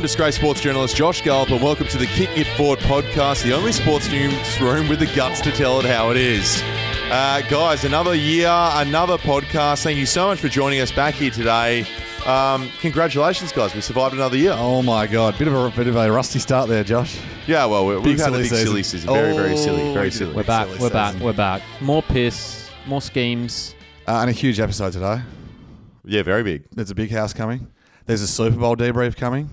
Disgrace sports journalist Josh Gallup, and welcome to the Kick It Forward podcast, the only sports newsroom with the guts to tell it how it is. Uh, guys, another year, another podcast. Thank you so much for joining us back here today. Um, congratulations, guys. We survived another year. Oh my god, bit of a bit of a rusty start there, Josh. Yeah, well, we, we've had a silly big silly season. Very, very silly. Oh, Very we did. silly. We're back. Silly We're back. season. We're back. More piss. More schemes. Uh, and a huge episode today. Yeah, very big. There's a big house coming. There's a Super Bowl debrief coming.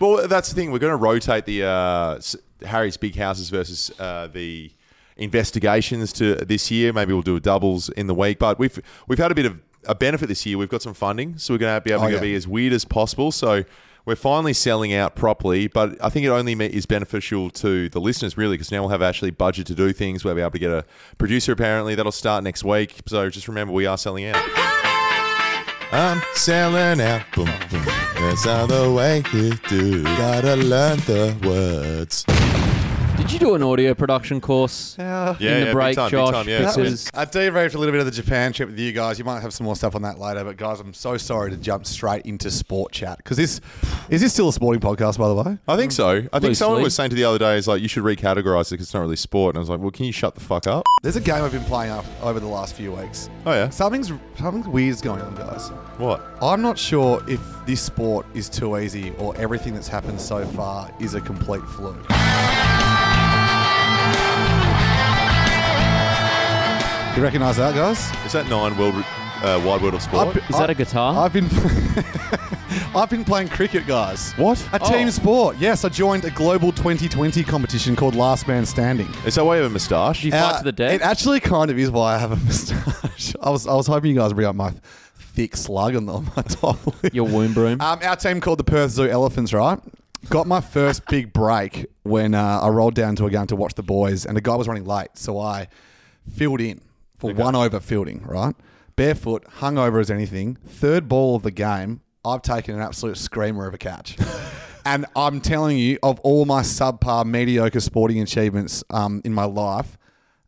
Well, that's the thing. We're going to rotate the uh, s- Harry's Big Houses versus uh, the investigations to this year. Maybe we'll do a doubles in the week, but we've we've had a bit of a benefit this year. We've got some funding, so we're going to be able Oh, to yeah. be as weird as possible. So. We're finally selling out properly, but I think it only me- is beneficial to the listeners really because now we'll have actually budget to do things. We'll be able to get a producer apparently. That'll start next week. So just remember, we are selling out. I'm selling out. Boom, boom. That's not the way you do. Gotta learn the words. Did you do an audio production course Yeah. Yeah, in the yeah, big break, time, big Josh? time, yeah. That Because I debriefed a little bit of the Japan trip with you guys. You might have some more stuff on that later, but guys, I'm so sorry to jump straight into sport chat because this is this still a sporting podcast, by the way. I think so. I think Loosely. someone was saying to the other day, is like, you should recategorize it because it's not really sport. And I was like, well, can you shut the fuck up? There's a game I've been playing up over the last few weeks. Oh, yeah. Something's something weird's going on, guys. What? I'm not sure if this sport is too easy or everything that's happened so far is a complete fluke. You recognise that, guys? Is that nine world, uh, wide world of sport? I've- Is that a guitar? I've been, I've been playing cricket, guys. What? A team Oh. sport. Yes, I joined a global 2020 competition called Last Man Standing. Is that why you have a moustache? You fight Uh, to the death. It actually kind of is why I have a moustache. I was, I was hoping you guys would bring up my thick slug on, the, on my top. lip. Your womb broom. Um, our team called the Perth Zoo Elephants, right? Got my first big break when uh, I rolled down to a game to watch the boys, and the guy was running late, so I filled in for one over fielding, right? Barefoot, hungover as anything. Third ball of the game, I've taken an absolute screamer of a catch. and I'm telling you, of all my subpar, mediocre sporting achievements um, in my life,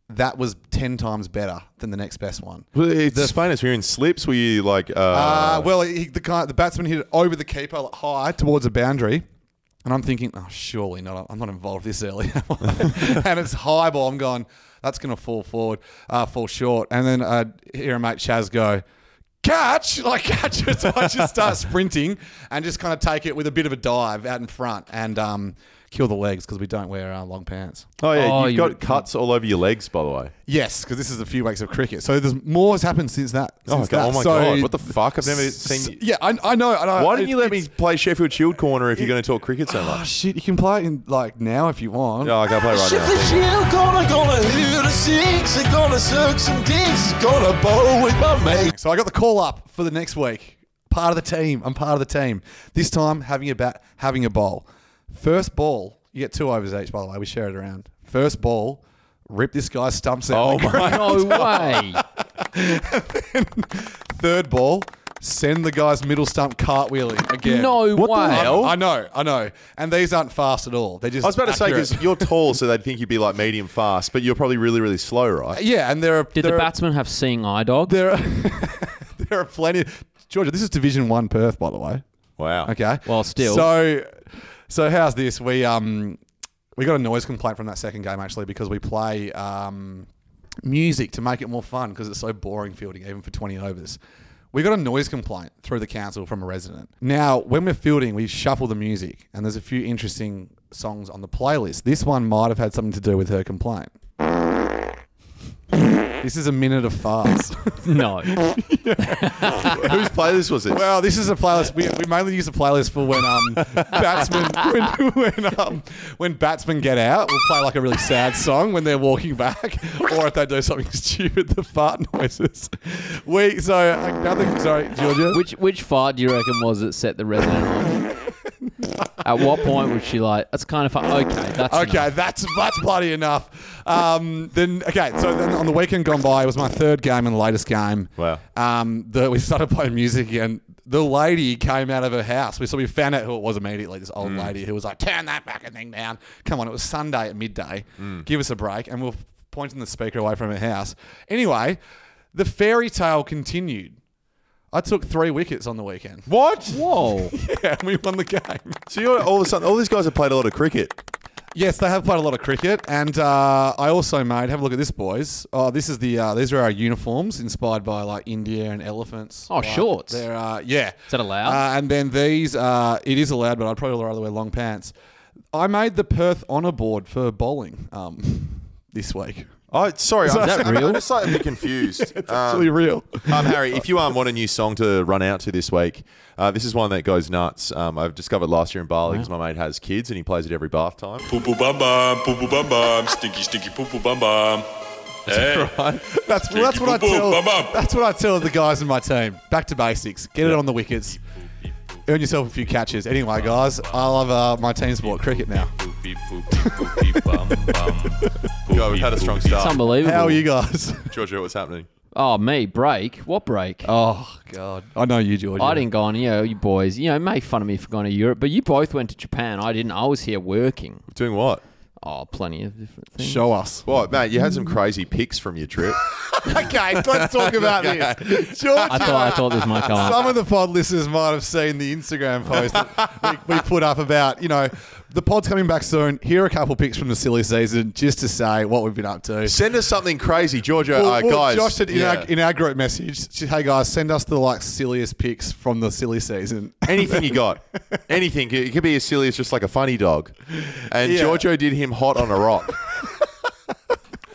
that was 10 times better than the next best one. Well, it's Spain. It's we're in slips. Were you like, uh, Uh, well, he, the guy, the batsman hit it over the keeper like, high towards a boundary. And I'm thinking, oh, surely not. I'm not involved this early. am I?" and it's high ball. I'm going, that's going to fall forward, uh, fall short. And then I hear a mate Chaz go, catch! Like, catch it. So I just start sprinting and just kind of take it with a bit of a dive out in front and um, kill the legs because we don't wear uh, long pants. oh, yeah. Oh, you've you- got cuts all over your legs, by the way. Yes, because this is a few weeks of cricket. So there's more has happened since that. Oh, since God. that. Oh, my So- God. What the fuck? I've never seen. Yeah, I, I know. I know. Why didn't It- you let it's- me play Sheffield Shield corner if you're going to talk cricket so Oh much? shit, you can play it in like now if you want. No, I can play right now. Shifty chill, gonna, gonna hit a six, and gonna suck some dicks, gonna bowl with my mate. So I got the call up for the next week. Part of the team. I'm part of the team. This time having a bat having a bowl. First ball, you get two overs each, by the way. We share it around. First ball, rip this guy's stumps out. Oh, the my no way. Third ball, send the guy's middle stump cartwheeling again. No What the way. hell? I know, I know. And these aren't fast at all. They just I was about to say accurate. because you're tall, so they'd think you'd be like medium fast, but you're probably really, really slow, right? Yeah, and there are Did there the are- batsman have seeing eye dog? there are, there are plenty Georgia, this is Division One Perth, by the way. Wow. Okay. Well, still. So, so how's this? We um, we got a noise complaint from that second game actually because we play um, music to make it more fun because it's so boring fielding even for twenty overs. We got a noise complaint through the council from a resident. Now, when we're fielding, we shuffle the music, and there's a few interesting songs on the playlist. This one might have had something to do with her complaint. This is a minute of farts. no. Whose playlist was it? Well, this is a playlist. We, we mainly use a playlist for when um batsmen when when, um, when batsmen get out. We'll play like a really sad song when they're walking back, or if they do something stupid, the fart noises. We so uh, nothing. Sorry, Georgia. Which which fart do you reckon was that set the resident off? At what point was she like, that's kind of fun. Okay, that's Okay, enough. that's that's bloody enough. Um, then okay, so then on the weekend gone by, it was my third game and latest game. Wow. Um, the, we started playing music again. The lady came out of her house. We so we found out who it was immediately. This Mm. old lady who was like, "Turn that fucking thing down! Come on, it was Sunday at midday. Mm. Give us a break." And we we're pointing the speaker away from her house. Anyway, the fairy tale continued. I took three wickets on the weekend. What? Whoa. Yeah, we won the game. So you're all of a sudden, all these guys have played a lot of cricket. Yes, they have played a lot of cricket, and uh, I also made. Have a look at this, boys. Oh, this is the uh, these are our uniforms inspired by like India and elephants. Oh, Like, shorts. They're uh, yeah. Is that allowed? Uh, and then these, uh, it is allowed, but I'd probably rather wear long pants. I made the Perth Honour Board for bowling um, this week. Oh, sorry, I'm, that I'm, real? I'm just slightly confused. It's Um, actually real. um, Harry, if you um, want a new song to run out to this week, uh, this is one that goes nuts. Um, I've discovered last year in Bali because my mate has kids and he plays it every bath time. Poo poo bum bum, poo poo bum bum, stinky stinky poo poo bum bum. Hey, That's well, that's what I Boom, tell. bum, bum. That's what I tell the guys in my team. Back to basics. Get it on the wickets. Earn yourself a few catches. Anyway, guys, I love uh, my team sport cricket now. God, we've had a strong It's start. unbelievable. How are you guys? Georgia, what's happening? Oh, me. Break? What break? Oh God, I know you, George. I didn't go on, you know, you boys, you know, make fun of me for going to Europe, but you both went to Japan. I didn't. I was here working. Doing what? Oh, plenty of different things. show us. What, mate? You had some crazy pics from your trip. okay, let's talk about this. George, I thought I thought this might come up. some of the pod listeners might have seen the Instagram post that we, we put up about you know the pod's coming back soon. Here are a couple pics from the silly season, just to say what we've been up to. Send us something crazy, Georgia. Well, uh, well, guys, Josh said in, yeah. our, in our group message, she- "Hey guys, send us the like silliest pics from the silly season." anything you got, anything. It could be as silly as just like a funny dog. And Yeah. Giorgio did him hot on a rock.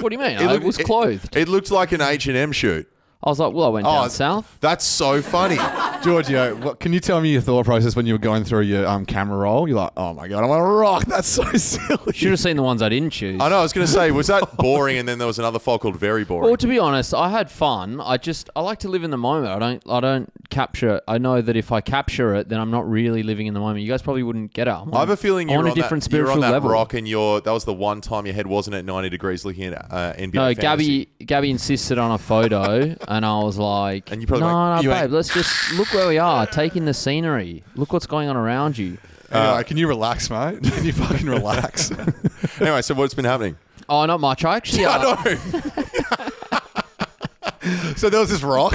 What do you mean? I looked- was clothed. It looked like an H and M shoot. Oh, I was like, well, I went down south. That's so funny. Giorgio, what, can you tell me your thought process when you were going through your um, camera roll? You're like, "Oh my god, I want to rock! That's so silly." Should have seen the ones I didn't choose. I know. I was going to say, was that boring? And then there was another file called Very Boring. Well, to be honest, I had fun. I just I like to live in the moment. I don't I don't capture. it. I know that if I capture it, then I'm not really living in the moment. You guys probably wouldn't get it. I'm on, I have a feeling I'm you're on, on a different that, spiritual you're on that level. rock, and you're that was the one time your head wasn't at 90 degrees looking at uh, NBA. no, fantasy. Gabby Gabby insisted on a photo, and I was like, And you probably no, went, no, "You babe, ain't-" let's just look where we are, taking the scenery. Look what's going on around you. Anyway, can you relax, mate? Can you fucking relax? Anyway, so what's been happening? Oh, not much. I actually. uh, I know. so there was this rock.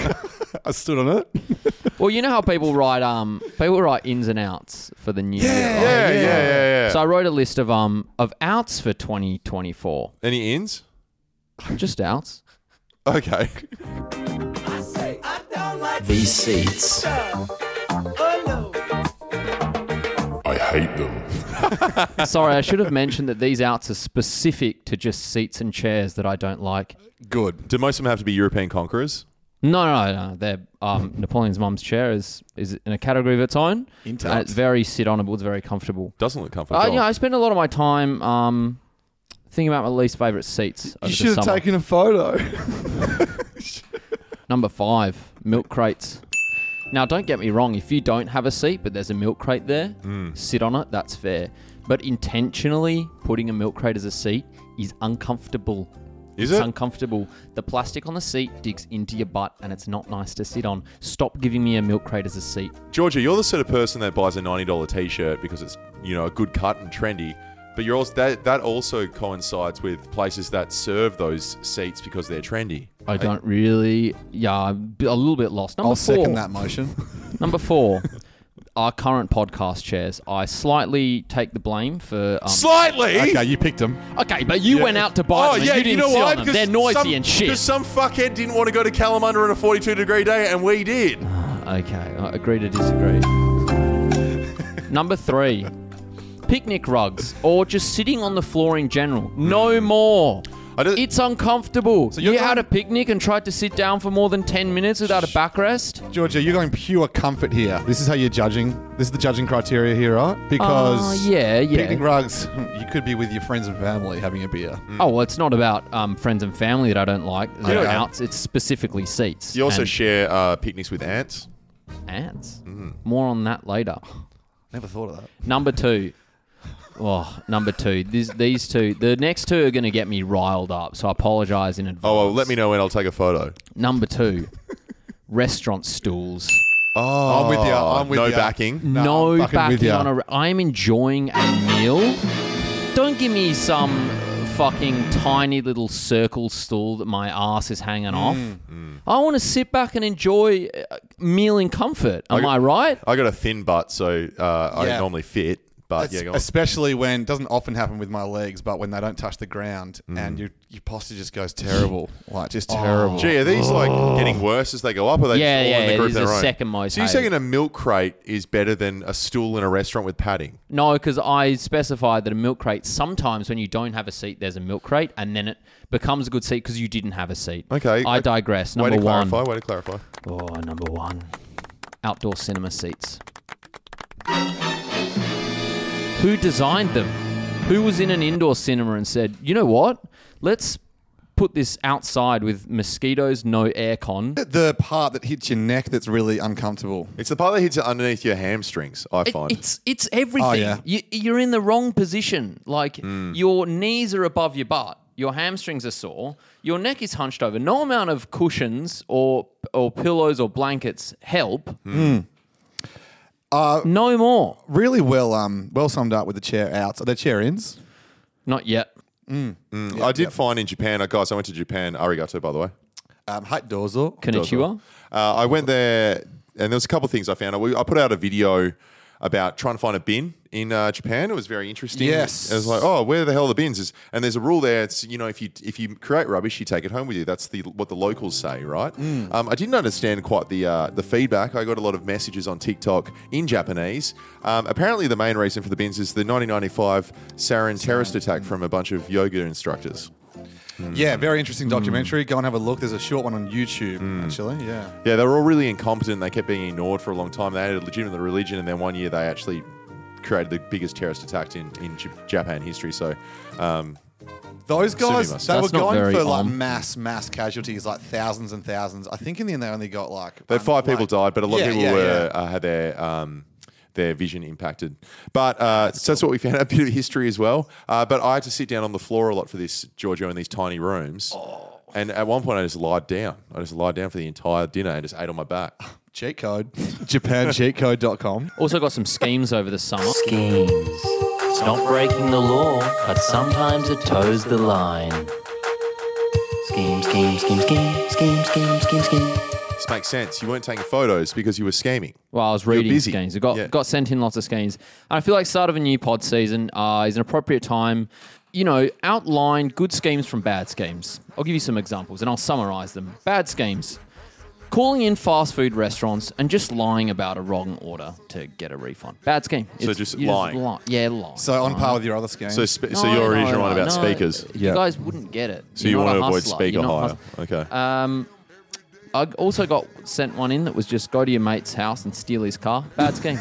I stood on it. Well, you know how people write um people write ins and outs for the new year. right? Yeah, yeah, yeah, yeah. So I wrote a list of um of outs for 2024. Any ins? Just outs. Okay. These seats. I hate them. Sorry, I should have mentioned that these outs are specific to just seats and chairs that I don't like. Good. Do most of them have to be European conquerors? No, no, no. no. They're, um, Napoleon's mum's chair is is in a category of its own. Intact. And it's very sit onable. It's very comfortable. Doesn't look comfortable. Uh, yeah, I spend a lot of my time um, thinking about my least favorite seats. You Over the should have summer. taken a photo. Number five, milk crates. Now, don't get me wrong, if you don't have a seat but there's a milk crate there, Mm. sit on it, that's fair. But intentionally putting a milk crate as a seat is uncomfortable. Is it's it? uncomfortable. The plastic on the seat digs into your butt and it's not nice to sit on. Stop giving me a milk crate as a seat. Georgia, you're the sort of person that buys a $90 t-shirt because it's, you know, a good cut and trendy, but you're also that that also coincides with places that serve those seats because they're trendy. I don't really, yeah, I'm a little bit lost. Number I'll four. second that motion. Number four, our current podcast chairs. I slightly take the blame for. Um, Slightly. okay, you picked him. Okay, but you went out to Oh, buy them. and you didn't sit on them. They're noisy some, and shit. Because some fuckhead didn't want to go to Calamunda on a 42 degree day, and we did. Okay, I agree to disagree. Number three, picnic rugs or just sitting on the floor in general. No Hmm. more. I don't- It's uncomfortable. you're you had going- a picnic and tried to sit down for more than 10 minutes without a backrest? Georgia, you're going pure comfort here. This is how you're judging. This is the judging criteria here, right? Because Uh, yeah, yeah. picnic rugs, hmm, you could be with your friends and family having a beer. Hmm. Oh, well, it's not about um, friends and family that I don't like. That Yeah. are outs. It's specifically seats. You also and share uh, picnics with ants. ants. Hmm. More on that later. Never thought of that. Number two. Oh, number two. These, these two. The next two are going to get me riled up, so I apologize in advance. Oh, well, let me know when I'll take a photo. Number two, restaurant stools. Oh, I'm with you. I'm with no you. backing. No, No, I'm fucking with backing ya. on a. I'm enjoying a meal. Don't give me some fucking tiny little circle stool that my ass is hanging off. Mm. I want to sit back and enjoy uh, meal in comfort. Am I, right? I got a thin butt, so uh, I Yeah. normally fit. But Es- yeah, go on. especially when doesn't often happen with my legs, but when they don't touch the ground and your your posture just goes terrible, like just terrible. Gee, are these like getting worse as they go up? Or are they Oh. Yeah, just all yeah, in the it group is they're the on? second most So you're hated. saying a milk crate is better than a stool in a restaurant with padding? No, because I specified that a milk crate. Sometimes when you don't have a seat, there's a milk crate, and then it becomes a good seat because you didn't have a seat. Okay, I I- digress. Number way to one. clarify. Way to clarify. Oh, number one. Outdoor cinema seats. Who designed them? Who was in an indoor cinema and said, you know what? Let's put this outside with mosquitoes, no aircon. The part that hits your neck that's really uncomfortable. It's the part that hits underneath your hamstrings. I It- find it's it's everything. Oh, yeah. you, you're in the wrong position. Like your knees are above your butt, your hamstrings are sore, your neck is hunched over. No amount of cushions or or pillows or blankets help. no more. Really well, um, well summed up with the chair outs. Are there chair ins? Not yet. Hmm. I did find in Japan, uh, guys. I went to Japan. Arigato, by the way. Um, height dorsal. Konnichiwa. Uh, I went there, and there was a couple of things I found. I, I put out a video about trying to find a bin in uh, Japan. It was very interesting. Yes. I was like, oh, where the hell are the bins? Is and there's a rule there. It's you know, if you if you create rubbish, you take it home with you. That's the what the locals say, right? Um, I didn't understand quite the uh, the feedback. I got a lot of messages on TikTok in Japanese. Um, apparently, the main reason for the bins is the 1995 sarin terrorist attack from a bunch of yoga instructors. Yeah, very interesting documentary. Go and have a look. There's a short one on YouTube, actually. Yeah. Yeah, they were all really incompetent. They kept being ignored for a long time. They had a legitimate religion, and then one year they actually created the biggest terrorist attack in, in J- Japan history. So, um, Those guys, Sumi must- they were That's not going very for like on. mass, mass casualties, like thousands and thousands. I think in the end they only got like. but um, five people like- died, but a lot Yeah, of people yeah, were Uh, had their um, their vision impacted. But uh, so that's what we found out, a bit of history as well. Uh, but I had to sit down on the floor a lot for this, Giorgio, in these tiny rooms. And at one point, I just lied down. I just lied down for the entire dinner and just ate on my back. Cheat code. JapanCheatCode.com. Also got some schemes over the summer. Schemes. It's not breaking the law, but sometimes it toes the line. Scheme, scheme, scheme, scheme, scheme, scheme, scheme, scheme. This makes sense. You weren't taking photos because you were scheming. Well, I was reading busy. schemes. I got Yeah. got sent in lots of schemes. And I feel like start of a new pod season uh, is an appropriate time. You know, outline good schemes from bad schemes. I'll give you some examples and I'll summarize them. Bad schemes. Calling in fast food restaurants and just lying about a wrong order to get a refund. Bad scheme. It's- just you lying. lie- Yeah, lying. So on par with your other scheme. So, sp- so No, your no, original no, one about no. speakers. You guys wouldn't get it. So you want to avoid speaker speaker hire. Okay. Um, I also got sent one in that was just go to your mate's house and steal his car. Bad scheme.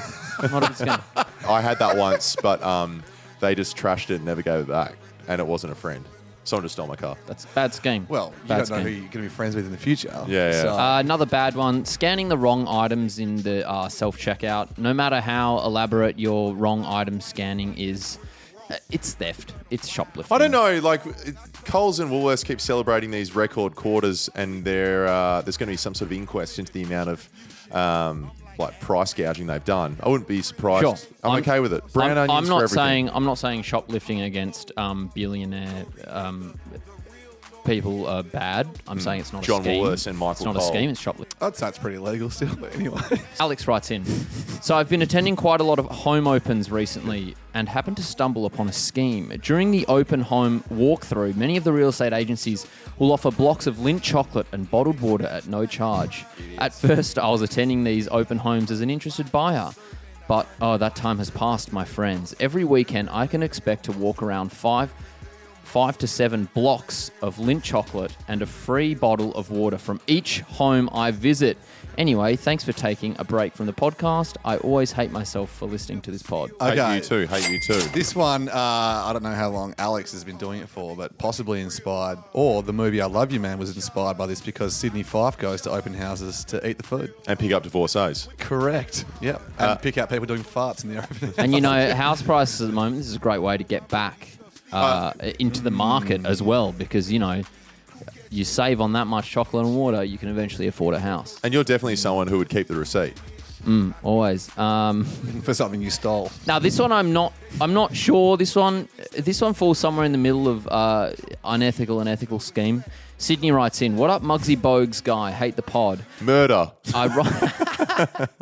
Not a good scheme. I had that once, but um, they just trashed it and never gave it back. And it wasn't a friend. Someone just stole my car. That's a bad scheme. well, you bad don't know who you're going to be friends with in the future. Yeah, yeah. So- Uh, another bad one: scanning the wrong items in the uh, self-checkout. No matter how elaborate your wrong item scanning is, uh, it's theft. It's shoplifting. I don't know. Like, it- Coles and Woolworths keep celebrating these record quarters, and there uh, there's going to be some sort of inquest into the amount of um, like price gouging they've done. I wouldn't be surprised. Sure. I'm, I'm- okay with it. Brown I'm, onions I'm not for everything. saying I'm not saying shoplifting against um, billionaire um, people are bad. I'm saying it's not Hmm. John a scheme. Woolworths and Michael It's not Cole. a scheme. It's shoplifting. I'd say it's pretty legal still, but anyway. Alex writes in. So I've been attending quite a lot of home opens recently and happened to stumble upon a scheme. During the open home walkthrough, many of the real estate agencies will offer blocks of Lindt chocolate and bottled water at no charge. At first, I was attending these open homes as an interested buyer. But oh, that time has passed, my friends. Every weekend, I can expect to walk around five five to seven blocks of lint chocolate and a free bottle of water from each home I visit. Anyway, thanks for taking a break from the podcast. I always hate myself for listening to this pod. Hate Okay. you too. Hate you too. This one, uh, I don't know how long Alex has been doing it for, but possibly inspired, or the movie I Love You Man was inspired by this because Sydney Fife goes to open houses to eat the food. And pick up divorcees. Correct. Yep. And Uh, pick out people doing farts in the open. And you know, house prices at the moment, this is a great way to get back uh, into the market as well because, you know, you save on that much chocolate and water, you can eventually afford a house. And you're definitely someone who would keep the receipt. always. Um, for something you stole. now this one I'm not I'm not sure. This one this one falls somewhere in the middle of uh, unethical and ethical scheme. Sydney writes in, "What up, Mugsy Bogues guy? Hate the pod. Murder. I write,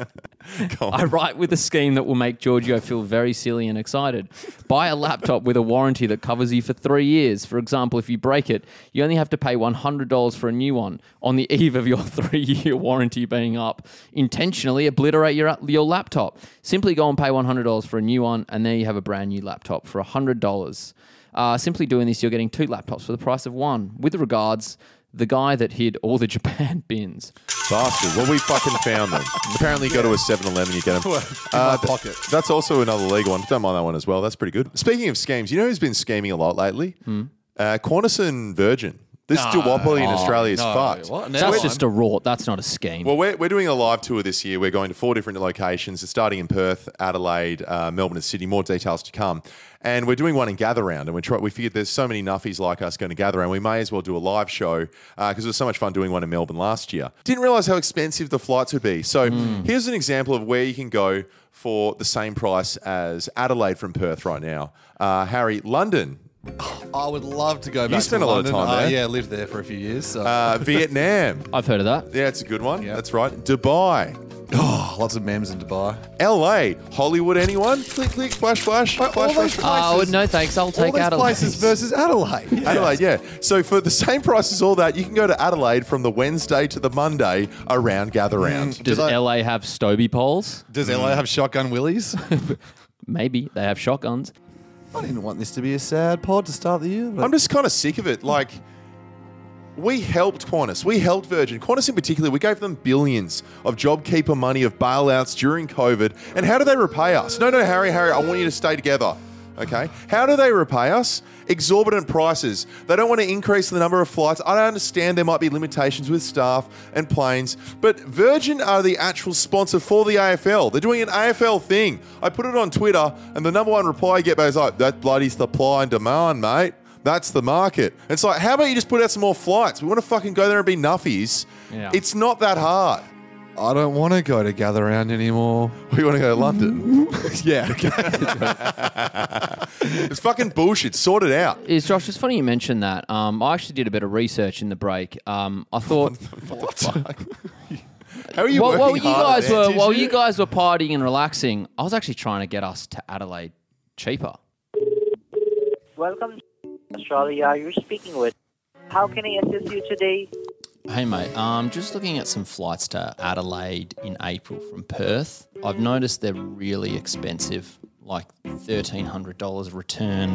Go on. I write with a scheme that will make Giorgio feel very silly and excited. Buy a laptop with a warranty that covers you for three years. For example, if you break it, you only have to pay one hundred dollars for a new one on the eve of your three-year warranty being up. Intentionally obliterate your your laptop. Simply go and pay one hundred dollars for a new one, and there you have a brand new laptop for hundred dollars. Uh, simply doing this, you're getting two laptops for the price of one. With regards, the guy that hid all the Japan bins. Bastards. Well, we fucking found them. Apparently, you go to a 7 Eleven, you get them. my pocket. That's also another legal one. Don't mind that one as well. That's pretty good. Speaking of schemes, you know who's been scheming a lot lately? Hmm. Uh, Qantas and Virgin. This duopoly oh, in Australia is fucked. What? An That's airline? just a rort. That's not a scheme. Well, we're, we're doing a live tour this year. We're going to four different locations. It's starting in Perth, Adelaide, uh, Melbourne, and Sydney. More details to come. And we're doing one in Gather Round. And we try, we figured there's so many nuffies like us going to Gather Round. We may as well do a live show because it was so much fun doing one in Melbourne last year. Didn't realize how expensive the flights would be. So here's an example of where you can go for the same price as Adelaide from Perth right now. Uh, Harry, London, I would love to go back. spent to a lot of London. time Uh, there. yeah, lived there for a few years. So. uh, Vietnam. I've heard of that. Yeah, it's a good one. That's right. Dubai. oh, lots of memes in Dubai. LA, Hollywood, anyone? Click, click, flash, flash, flash, all those flash. places- Oh no, thanks. I'll All take those out a places versus Adelaide. Adelaide, yeah. So for the same price as all that, you can go to Adelaide from the Wednesday to the Monday around Gather Round. Does Did I- LA have Stoby poles? Does LA have shotgun willies? Maybe they have shotguns. I didn't want this to be a sad pod to start the year. But I'm just kind of sick of it. Like, we helped Qantas, we helped Virgin, Qantas in particular. We gave them billions of JobKeeper money, of bailouts during COVID. And how do they repay us? No, no, Harry, Harry, I want you to stay together. Okay. How do they repay us? Exorbitant prices. They don't want to increase the number of flights. I don't understand there might be limitations with staff and planes, but Virgin are the actual sponsor for the AFL. They're doing an AFL thing. I put it on Twitter, and the number one reply I get back is like, that bloody supply and demand, mate. That's the market. It's like, how about you just put out some more flights? We want to fucking go there and be nuffies. Yeah. It's not that hard. I don't want to go to Gather Round anymore. We want to go to London. yeah. it's fucking bullshit. Sort it out. Is Josh? It's funny you mentioned that. Um, I actually did a bit of research in the break. Um, I thought How are you while, working while you hard at guys that? were Did while you guys were partying and relaxing, I was actually trying to get us to Adelaide cheaper. Welcome to Australia. You're speaking with. How can I assist you today? Hey mate, um, just looking at some flights to Adelaide in April from Perth. I've noticed they're really expensive, like thirteen hundred dollars return.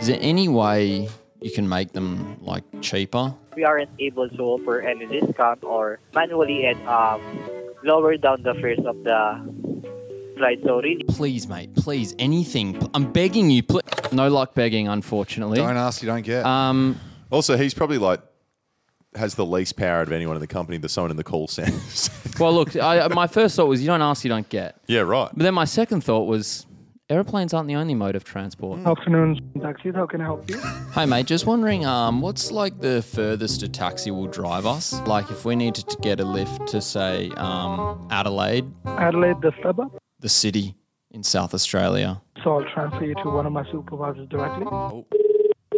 Is there any way you can make them like cheaper? We aren't able to offer any discount or manually and um, lower down the fares of the flight. So really, Please, mate, please, anything. P- I'm begging you. Pl- no luck begging, unfortunately. Don't ask, you don't get. Um, Also, he's probably like has the least power of anyone in the company. There's someone in the call centers. well, look, I, my first thought was you don't ask, you don't get. yeah, right. But then my second thought was airplanes aren't the only mode of transport. Afternoon, taxis. How can I help you? Hey mate, just wondering, um, what's like the furthest a taxi will drive us? Like if we needed to get a lift to say um, Adelaide, Adelaide, the suburb. the city in South Australia. So I'll transfer you to one of my supervisors directly.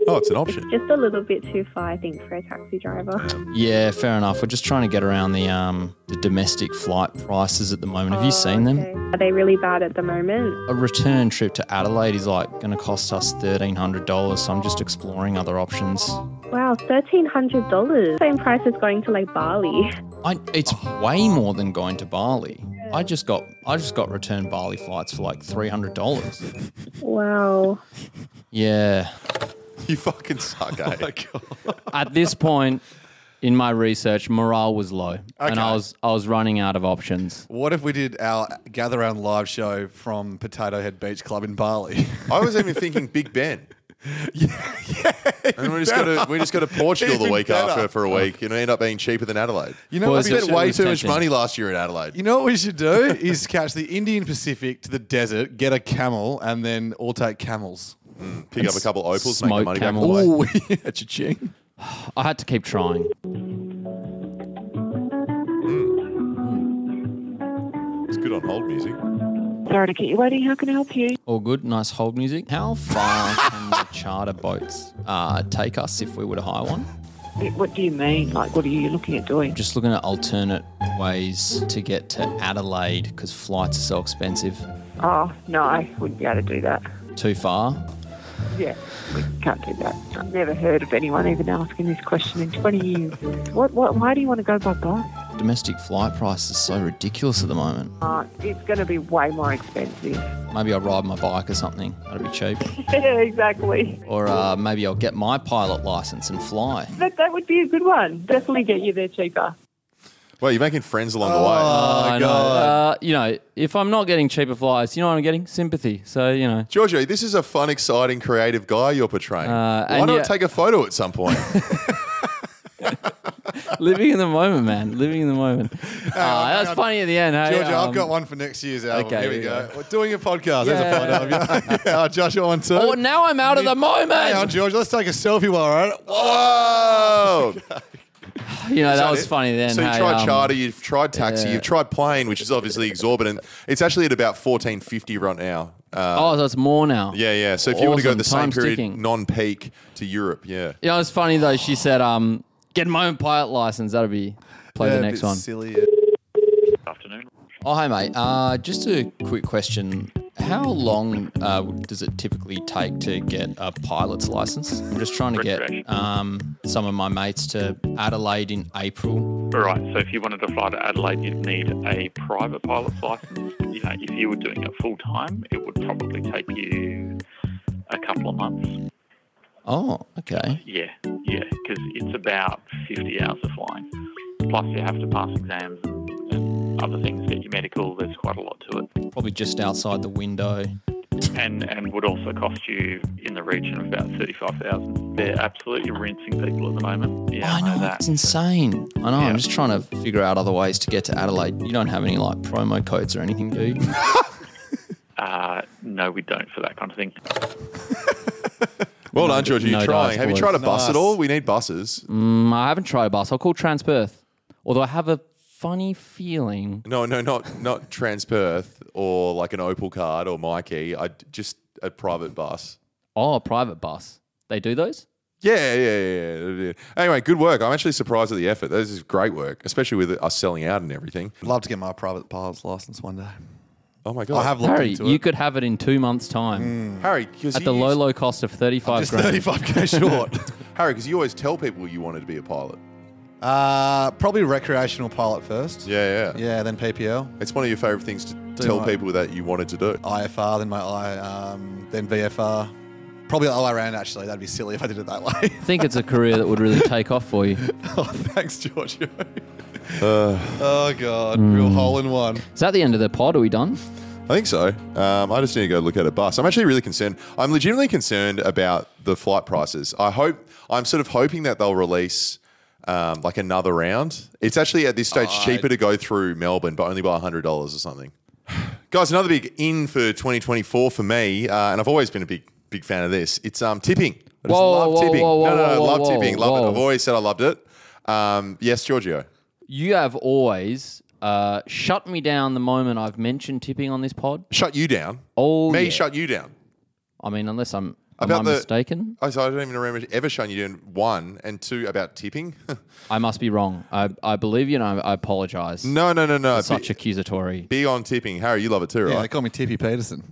Oh, it's an It's option. just a little bit too far, I think, for a taxi driver. Yeah, fair enough. We're just trying to get around the um, the domestic flight prices at the moment. Have you seen them? Okay. Are they really bad at the moment? A return trip to Adelaide is like going to cost us thirteen hundred dollars. So I'm just exploring other options. Wow, thirteen hundred dollars. Same price as going to like Bali. I, it's way more than going to Bali. I just got I just got return Bali flights for like three hundred dollars. Wow. Yeah. You fucking suck, Oh eh? At this point in my research, morale was low, and I Okay. was I was running out of options. what if we did our Gather Round live show from Potato Head Beach Club in Bali? I was even thinking Big Ben. yeah, and we just got to we just got to Portugal the Even week better. after for a week, and end up being cheaper than Adelaide. You know I what we spent should- way was too much tempting. money last year at Adelaide. You know what we should do is catch the Indian Pacific to the desert, get a camel, and then all take camels. Pick up a couple opals, make the smoke money camel. back. Ooh, yeah, cha-ching. I had to keep trying. It's good on hold music. Sorry to keep you waiting. How can I help you? All good, nice hold music. How far can the charter boats uh, take us if we were to hire one? What do you mean? Like, what are you looking at doing? Just looking at alternate ways to get to Adelaide because flights are so expensive. Oh, no, I wouldn't be able to do that. Too far? Yeah, we can't do that. I've never heard of anyone even asking this question in 20 years. What, what, why do you want to go by boat? Domestic flight prices are so ridiculous at the moment. Uh, it's going to be way more expensive. Maybe I'll ride my bike or something. That'll be cheap. yeah, exactly. Or uh, maybe I'll get my pilot license and fly. That, that would be a good one. Definitely get you there cheaper. Well, you're making friends along the way. Oh, Oh, I know. Uh, you know, if I'm not getting cheaper flights, you know what I'm getting? Sympathy. So, you know. Giorgio, this is a fun, exciting, creative guy you're portraying. Uh, Why and not yeah- take a photo at some point? Living in the moment, man. Living in the moment. Uh, that was funny at the end. Hey, Georgia, Um, I've got one for next year's album. okay, Here we here go. we We're doing a podcast. There's a photo of you. yeah, Joshua one too. Oh, now I'm out of the moment. Hang on, Georgia. Let's take a selfie while we're at it. Whoa! You know, that that was it? funny then. So you hey, tried um, charter, you've tried taxi, yeah. you've tried plane, which is obviously exorbitant. It's actually at about fourteen fifty right now. Uh, Oh, so it's more now. yeah, yeah. So if you want to go Awesome. the same Time's period, ticking. non-peak to Europe, yeah. You know, it's funny though. She said, um, get my own pilot license. That'll be play Yeah, a the next bit one. Silly. Oh, hi, mate. Uh, just a quick question. How long uh, does it typically take to get a pilot's license? I'm just trying to get um, some of my mates to Adelaide in April. All right, so if you wanted to fly to Adelaide, you'd need a private pilot's license. You know, if you were doing it full time, it would probably take you a couple of months. Oh, okay. Yeah, yeah, because it's about 50 hours of flying. Plus, you have to pass exams and, and other things, get your medical, there's quite a lot to it. Probably just outside the window. And and would also cost you in the region of about 35000 They're absolutely rinsing people at the moment. Yeah, Oh, I know, that. it's insane. I know. Yeah. I'm just trying to figure out other ways to get to Adelaide. You don't have any like promo codes or anything, do you? Uh, no, we don't for that kind of thing. Well done, Georgia. You're no trying. dice, Have you boys. tried a bus Nice. at all? We need buses. Mm, I haven't tried a bus. I'll call Transperth. Although I have a funny feeling. No, no, not not Transperth or like an Opal card or Mikey. I just a private bus. Oh, a private bus. They do those? Yeah, yeah, yeah, yeah, yeah. Anyway, good work. I'm actually surprised at the effort. This is great work, especially with us selling out and everything. I'd love to get my private pilot's license one day. Oh my I god, have looked Harry, into you it. could have it in two months' time Harry, because at the low, low cost of 35 Just grand. 35k short. Harry, because you always tell people you wanted to be a pilot. uh, probably recreational pilot first. Yeah, yeah. Yeah, then PPL, It's one of your favorite things to tell what? people that you wanted to do. IFR, then my I, um, then VFR. Probably the other way around, actually. That'd be silly if I did it that way. I think it's a career that would really take off for you. oh, thanks, Giorgio. oh, God. Real hole in one. Is that the end of the pod? Are we done? I think so. Um, I just need to go look at a bus. I'm actually really concerned. I'm legitimately concerned about the flight prices. I hope I'm sort of hoping that they'll release um, like another round. It's actually at this stage cheaper to go through Melbourne, but only by hundred dollars or something. Guys, another big in for 2024 for me, uh, and I've always been a big big fan of this. It's um, tipping. I just Whoa, love whoa, tipping. whoa, no, no, whoa, no, whoa, love whoa, tipping. Love it. whoa. I've always said I loved it. Um, yes, Giorgio. You have always uh, shut me down the moment I've mentioned tipping on this pod. Shut you down. Oh, me yeah. shut you down. I mean, unless I'm, am About I the- mistaken, I, so I don't even remember ever showing you doing one and two about tipping. I must be wrong. I, I believe you and I, I apologize. no, no, no, no. Such Be, accusatory. big on tipping. Harry, you love it too, Yeah, they right? call Oh, me Tippy Peterson.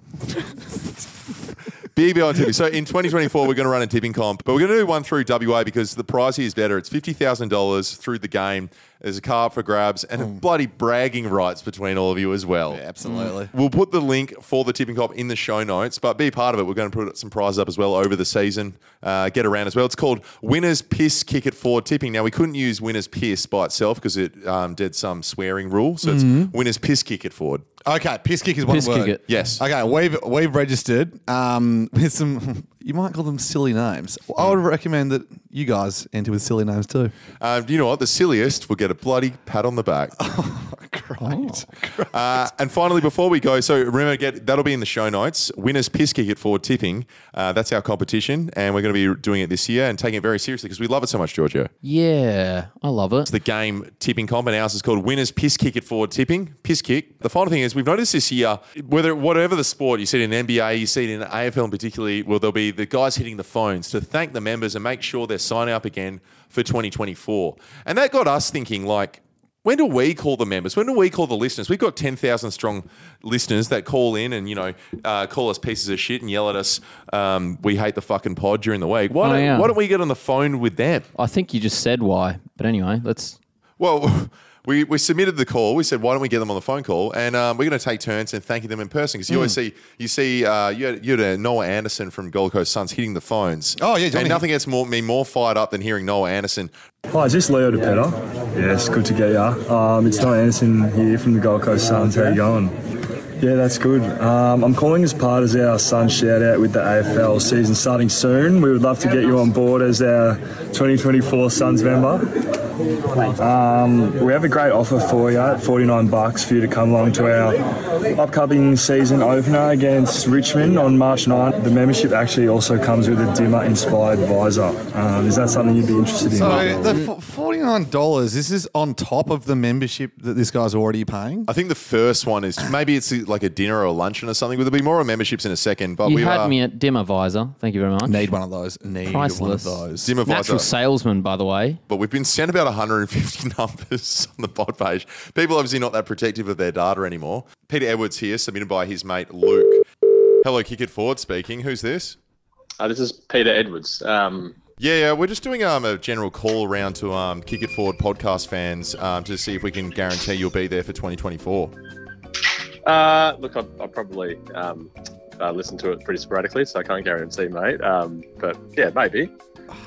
Big, big on tipping. So in 2024, we're going to run a tipping comp, but we're going to do one through WA because the prize here is better. It's $50,000 through the game. There's a car up for grabs and bloody bragging rights between all of you as well. Absolutely. We'll put the link for the tipping comp in the show notes, but be part of it. We're going to put some prizes up as well over the season. Uh, get around as well. It's called Winners Piss Kick It Forward Tipping. Now, we couldn't use Winners Piss by itself because it um, did some swearing rule. So it's Winners Piss Kick It Forward. Mm. Okay, piss kick is one Piss kick word. it. Yes. Okay, we've we've registered um, with some. You might call them silly names. I would recommend that you guys enter with silly names too. Uh, Um, you know what? The silliest will get a bloody pat on the back. Oh, Great. Uh, and finally, before we go, so remember, get that'll be in the show notes. Winners piss kick it forward tipping. Uh, that's our competition, and we're going to be doing it this year and taking it very seriously because we love it so much, Giorgio. Yeah, I love it. It's the game tipping comp, and ours is called Winners Piss Kick It Forward Tipping. Piss kick. The final thing is we've noticed this year, whether whatever the sport, you see it in NBA, you see it in AFL in particularly, well, there'll be the guys hitting the phones to thank the members and make sure they're signing up again for 2024. And that got us thinking, like, when do we call the members? When do we call the listeners? We've got 10,000 strong listeners that call in and, you know, uh, call us pieces of shit and yell at us, um, we hate the fucking pod during the week. Why, Oh, don't, yeah. why don't we get on the phone with them? I think you just said why, but anyway, let's. Well, we, we submitted the call. We said, why don't we get them on the phone call? And um, we're going to take turns and thanking them in person because you Hmm. always see you see uh, you had, you had a Noah Anderson from Gold Coast Suns hitting the phones. Oh, yeah, Johnny. and nothing gets more me more fired up than hearing Noah Anderson. Hi, is this Leo DePetta? Yes, good to get you. Um, it's Don Anderson here from the Gold Coast Suns. How you going? Yeah, that's good. Um, I'm calling as part as our Sun shout out with the AFL season starting soon. We would love to get you on board as our 2024 Suns member. Um, we have a great offer for you at 49 bucks for you to come along to our upcoming season opener against Richmond on March 9th. The membership actually also comes with a dimmer inspired visor. Um, is that something you'd be interested in? So the f- forty-nine dollars. This is on top of the membership that this guy's already paying. I think the first one is maybe it's like a dinner or a luncheon or something. There'll be more on memberships in a second. But you Oh, we uh, had are, me at Dimmer Visor. Thank you very much. Need one of those. Need Priceless. one of those. Dimmer Visor. Natural salesman, by the way. But we've been sent about 150 numbers on the pod page. People obviously not that protective of their data anymore. Peter Edwards here, submitted by his mate Luke. Hello, kick it forward. Speaking. Who's this? Uh, this is Peter Edwards. Um, Yeah, yeah, we're just doing um, a general call around to um, Kick It Forward podcast fans um, to see if we can guarantee you'll be there for 2024. uh, look, I, I probably um, uh, listen to it pretty sporadically, so I can't guarantee, mate. Um, but yeah, maybe.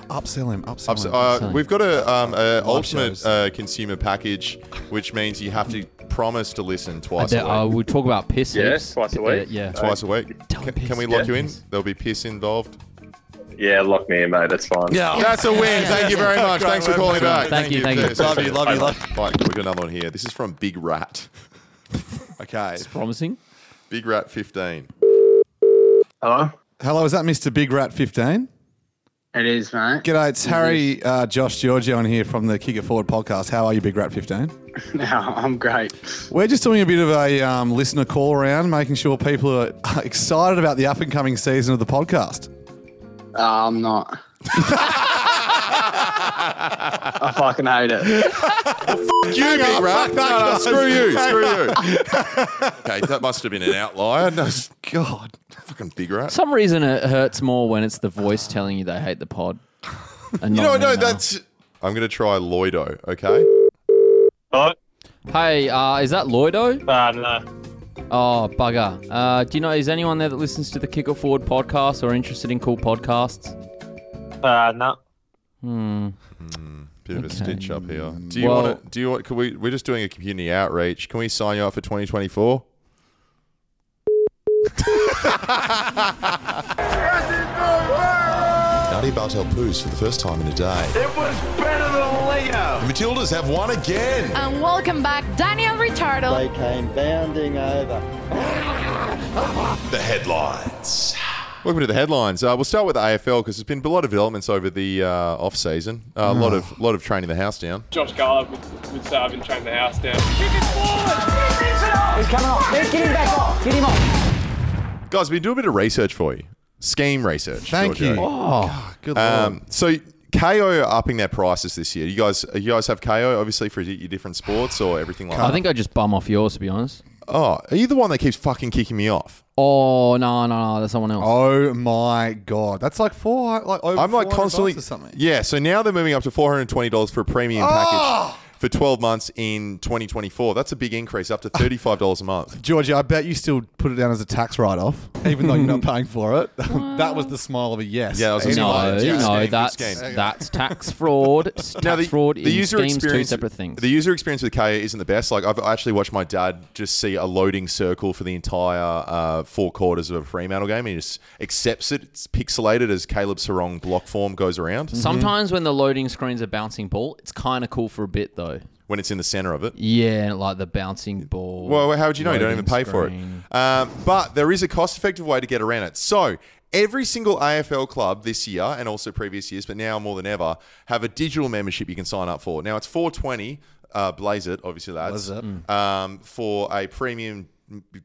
Upsell him. Upsell Ups- him. uh, we've got a, um, a ultimate shows. uh, consumer package, which means you have to promise to listen twice There- a uh, week. we talk about piss Yeah, heaps. twice a Uh, week. yeah. Twice a week. Can, can we piss. lock you in? There'll be piss involved. Yeah, lock me in, mate. That's fine. That's a win. Thank you very much. Great Thanks for work, calling mate. back. Thank you, thank you. Cheers. Love you. Love you. Bye-bye. Love you. Right, we've got another one here. This is from Big Rat. okay. Promising. Big Rat 15. Hello? Hello, is that Mr. Big Rat Fifteen? It is, mate. G'day, it's Harry, uh, Josh Giorgio, on here from the Kick It Forward podcast. How are you, Big Rat Fifteen? No, I'm great. We're just doing a bit of a um, listener call around, making sure people are excited about the up and coming season of the podcast. Uh, I'm not. I fucking hate it. Fuck you, Big Rat. No, no, screw you. Screw you. okay, that must have been an outlier. No, God. Fucking Big Rat. some reason it hurts more when it's the voice telling you they hate the pod. And You not know, an no, email. that's. I'm going to try Lloydo, okay? Hey, uh, is that Lloydo? Uh, no. Oh, bugger. Uh, do you know, is anyone there that listens to the Kick It Forward podcast or interested in cool podcasts? Uh, no. Hmm. Bit of a Okay. stitch up here. Do you Well- want to? Do you want? Can we? We're just doing a community outreach. Can we sign you up for 2024? Natty Bartel poos for the first time in a day. It was better than Leo. The Matildas have won again. Oh. And welcome back, Daniel Ricardo. They came bounding over. The headlines. Welcome to the headlines. Uh, we'll start with the AFL because there's been a lot of developments over the uh, off season. Uh, A lot of lot of training the house down. Josh Garland would, would say I've been training the house down. Kick it forward! He's coming off. Get him back off. Get him off. Guys, we do a bit of research for you. Scheme research. Thank Giorgio. you. Oh, good Um, so KO are upping their prices this year. You guys, you guys have KO obviously for your different sports or everything like I that. think I just bum off yours, to be honest. Oh, are you the one that keeps fucking kicking me off? Oh, no, no, no. That's someone else. Oh my god, that's like four, like over I'm like 400 constantly bucks or something. Yeah, so now they're moving up to four hundred twenty dollars for a premium Oh! package for twelve months in twenty twenty four. That's a big increase, up to thirty five dollars a month. Georgie, I bet you still put it down as a tax write off, even though you're not paying for it. that was the smile of a yes. Yeah, that was a smile. No, It's a no, scheme, it's a that's scheme. that's tax fraud. It's tax fraud the user schemes, two separate things. The user experience with Kaya isn't the best. Like I've actually watched my dad just see a loading circle for the entire uh, four quarters of a Fremantle game. He just accepts it. It's pixelated as Caleb Sarong block form goes around. Mm-hmm. Mm. Sometimes when the loading screens are bouncing ball, it's kind of cool for a bit, though. when it's in the center of it. Yeah, and like the bouncing ball. Well, how would you know? You don't even loading pay for it. screen. Um, but there is a cost effective way to get around it. So every single AFL club this year and also previous years, but now more than ever, have a digital membership you can sign up for. Now it's 420, uh, blaze it, obviously, lads, Blaze it. Mm. um, for a premium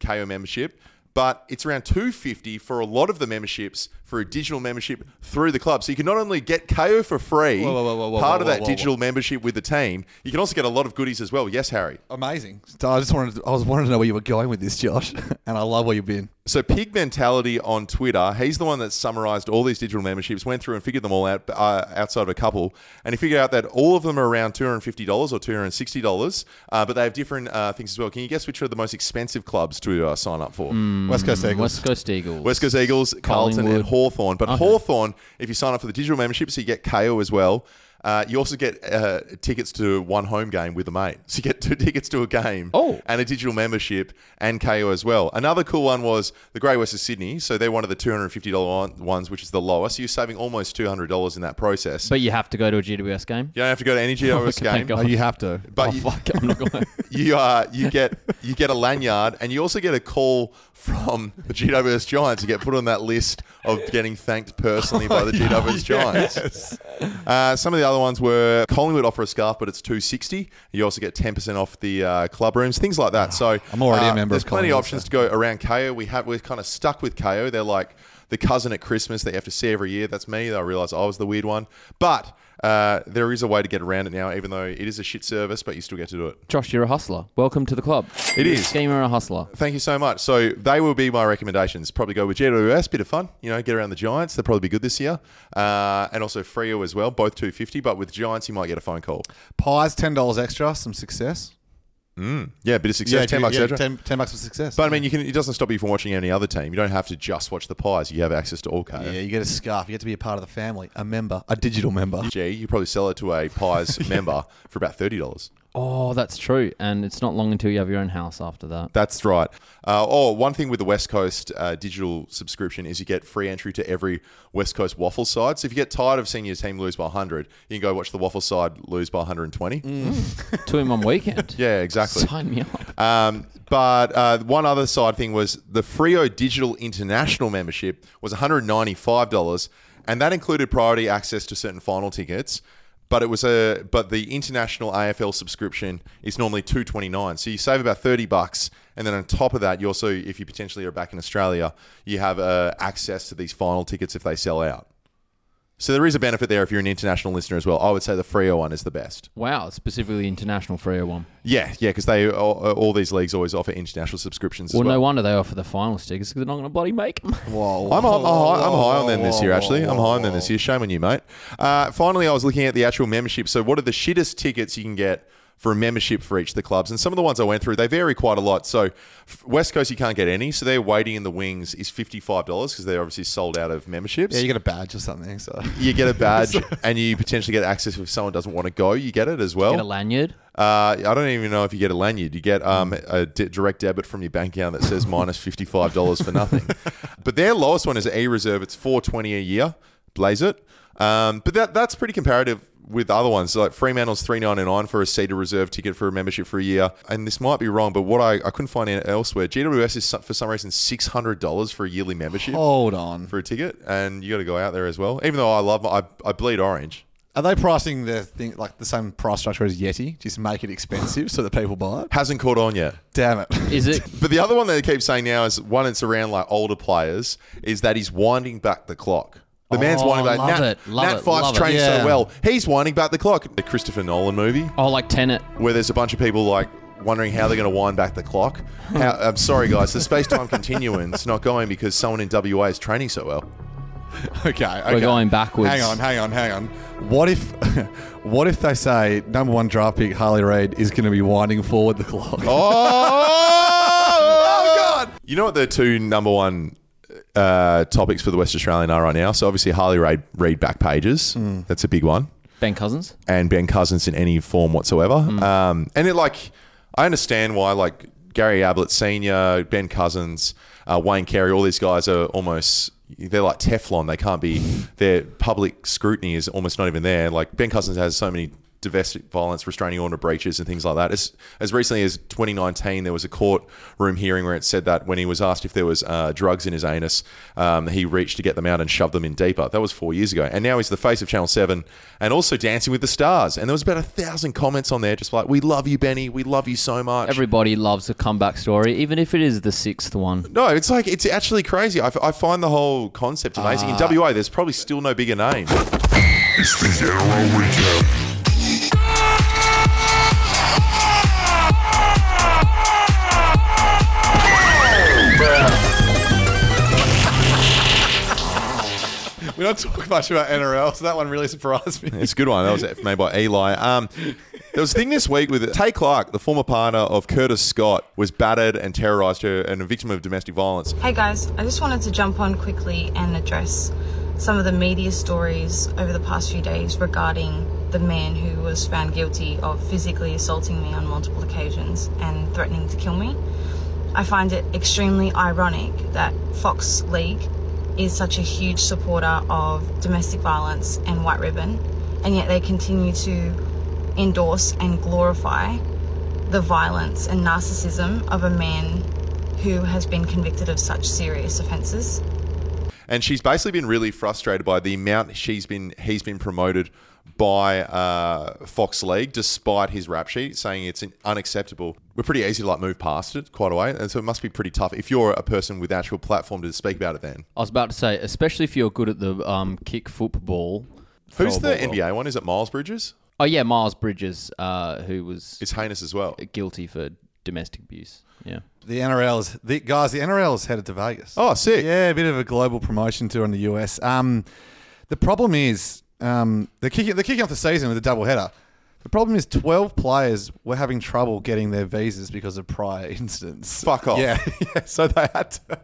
KO membership. But it's around 250 for a lot of the memberships for a digital membership through the club. So you can not only get KO for free, Whoa, whoa, whoa, whoa, whoa, part of whoa, that whoa, whoa. digital membership with the team, you can also get a lot of goodies as well. Yes, Harry. Amazing. So I just wanted to, I was wanted to know where you were going with this, Josh, and I love where you've been. So Pig Mentality on Twitter, he's the one that summarized all these digital memberships, went through and figured them all out uh, outside of a couple, and he figured out that all of them are around two hundred fifty dollars or two hundred sixty dollars, uh, but they have different uh, things as well. Can you guess which are the most expensive clubs to uh, sign up for? West Coast Eagles. West Coast Eagles. West Coast Eagles, Carlton, and Hawthorn. But Hawthorn, if you sign up for the digital membership, so you get KO as well. Uh, you also get uh, tickets to one home game with a mate. So you get two tickets to a game and a digital membership and KO as well. Another cool one was the Grey West of Sydney. So they're one of the $250 on- ones, which is the lowest. So you're saving almost $200 in that process. But you have to go to a GWS game. You don't have to go to any GWS Thank game. God. Oh, you have to. But you, you, uh, you get you get a lanyard, and you also get a call from the GWS Giants. You get put on that list of getting thanked personally by the GWS Giants. Uh, some of the other ones were Collingwood offer a scarf, but it's two sixty. You also get ten percent off the uh, club rooms, things like that. So I'm already a uh, member There's of plenty of Collingwood, options to go around KO. We have we're kind of stuck with KO. They're like the cousin at Christmas that you have to see every year. That's me. I realised I was the weird one, but. Uh, there is a way to get around it now, even though it is a shit service, but you still get to do it. Josh, you're a hustler. Welcome to the club. It You're a is. Schemer and a hustler. Thank you so much. So they will be my recommendations. Probably go with GWS, bit of fun. You know, get around the Giants. They'll probably be good this year. Uh, and also Frio as well, both 250. But with Giants, you might get a phone call. Pies, ten dollars extra, some success. Mm. Yeah, bit of success, 10 bucks extra. 10, 10 bucks for success. But I mean, you can. It doesn't stop you from watching any other team. You don't have to just watch the Pies. You have access to all KO. yeah, you get a scarf. You get to be a part of the family, a member, a digital member. Gee, you probably sell it to a Pies member for about thirty dollars. Oh, that's true. And it's not long until you have your own house after that. That's right. Uh, oh, one thing with the West Coast uh, digital subscription is you get free entry to every West Coast waffle side. So if you get tired of seeing your team lose by 100, you can go watch the waffle side lose by 120. Two in one weekend. Mm. Yeah, exactly. Sign me up. Um, but uh, one other side thing was the Frio Digital International membership was $195, and that included priority access to certain final tickets. But it was a but the international AFL subscription is normally two twenty nine, so you save about thirty bucks, and then on top of that, you also if you potentially are back in Australia, you have uh, access to these final tickets if they sell out. So there is a benefit there if you're an international listener as well. I would say the Frio one is the best. Wow, specifically international Freo one. Yeah, yeah, because they all, all these leagues always offer international subscriptions. Well, as well. no wonder they offer the final stickers because they're not going to bloody make them. Whoa. I'm, I'm, I'm, high, I'm high on them this year, actually. I'm high on them this year. Shame on you, mate. Uh, finally, I was looking at the actual membership. So, what are the shittest tickets you can get for a membership for each of the clubs? And some of the ones I went through, they vary quite a lot. So, f- West Coast, you can't get any. So, their waiting in the wings is $55 because they're obviously sold out of memberships. Yeah, you get a badge or something. So You get a badge and you potentially get access if someone doesn't want to go. You get it as well. Get a lanyard. Uh, I don't even know if you get a lanyard. You get um, a di direct debit from your bank account that says minus fifty five dollars for nothing. but their lowest one is E Reserve. It's four twenty a year. Blaze it. Um, but that that's pretty comparative with other ones. Like Fremantle's three ninety nine for a Cedar Reserve ticket for a membership for a year. And this might be wrong, but what I, I couldn't find it elsewhere. GWS is so- for some reason six hundred dollars for a yearly membership. Hold on. for a ticket, and you got to go out there as well. Even though I love I I bleed orange. Are they pricing their thing like the same price structure as Yeti? Just make it expensive so that people buy it. Hasn't caught on yet. Damn it. Is it? But the other one that they keep saying now is one that's around like older players is that he's winding back the clock. The man's Oh, winding back. love Nat, it, love Nat it, Fife's love it. trained Yeah. so well. He's winding back the clock. The Christopher Nolan movie Oh, like Tenet. where there's a bunch of people like wondering how they're going to wind back the clock. How, I'm sorry, guys. The space-time continuum's not going because someone in WA is training so well. Okay, okay. We're going backwards. Hang on, hang on, hang on. What if, what if they say number one draft pick Harley Reid is going to be winding forward the clock? Oh, God! You know what the two number one uh, topics for the West Australian are right now? So obviously Harley Reid read back pages. Hmm. That's a big one. Ben Cousins. and Ben Cousins in any form whatsoever. Um, and it like I understand why like Gary Ablett Senior, Ben Cousins, uh, Wayne Carey, all these guys are almost they're like Teflon. They can't be their public scrutiny is almost not even there. Like Ben Cousins has so many domestic violence restraining order breaches and things like that. As as recently as 2019, there was a courtroom hearing where it said that when he was asked if there was uh, drugs in his anus, um, he reached to get them out and shoved them in deeper. That was four years ago, and now he's the face of Channel Seven and also Dancing with the Stars. And there was about a thousand comments on there, just like "We love you, Benny. We love you so much." Everybody loves a comeback story, even if it is the sixth one. No, it's like it's actually crazy. I, f- I find the whole concept amazing. Ah. In WA, there's probably still no bigger name. It's the Yarrow Recap. We don't talk much about NRL, so that one really surprised me. It's a good one. That was made by Eli. Um, there was a thing this week with Tay Clark, the former partner of Curtis Scott, was battered and terrorised her and a victim of domestic violence. Hey guys, I just wanted to jump on quickly and address some of the media stories over the past few days regarding the man who was found guilty of physically assaulting me on multiple occasions and threatening to kill me. I find it extremely ironic that Fox League is such a huge supporter of domestic violence and white ribbon, and yet they continue to endorse and glorify the violence and narcissism of a man who has been convicted of such serious offences. and she's basically been really frustrated by the amount she's been he's been promoted by uh, Fox League, despite his rap sheet saying it's an- unacceptable. We're pretty easy to like move past it quite a way, and so it must be pretty tough if you're a person with actual platform to speak about it. Then I was about to say, especially if you're good at the um, kick football. who's the throwable world. NBA one? Is it Miles Bridges? Oh yeah, Miles Bridges, uh, who was it's heinous as well, guilty for domestic abuse. Yeah, The NRL is the guys. The NRL is headed to Vegas. Oh, sick! Yeah, a bit of a global promotion tour in the US. Um, the problem is um, they're kicking they're kicking off the season with a double header. The problem is twelve players were having trouble getting their visas because of prior incidents. Fuck off. Yeah, yeah. So they had to,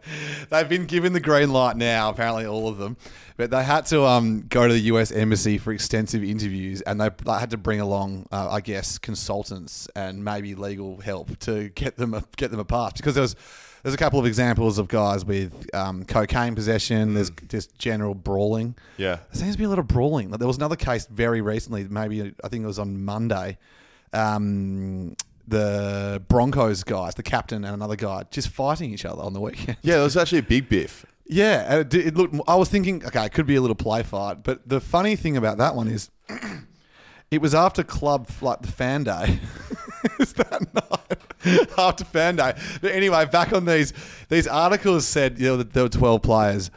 they've been given the green light now. Apparently, all of them, but they had to um, go to the U.S. embassy for extensive interviews, and they, they had to bring along, uh, I guess, consultants and maybe legal help to get them a, get them a pass because there was. There's a couple of examples of guys with um, cocaine possession. There's just general brawling. Yeah. There seems to be a lot of brawling. Like, there was another case very recently, maybe I think it was on Monday. Um, the Broncos guys, the captain and another guy, just fighting each other on the weekend. Yeah, there was actually a big biff. Yeah, and it, did- it looked. I was thinking, okay, it could be a little play fight, but the funny thing about that one is, it was after club like the fan day. It's that night after fan day. But anyway, back on these these articles said you know that there were twelve players.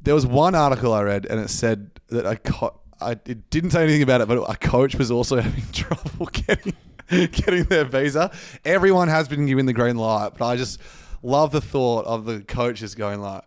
There was one article I read and it said that a co- I it didn't say anything about it, but a coach was also having trouble getting getting their visa. Everyone has been given the green light, but I just love the thought of the coaches going like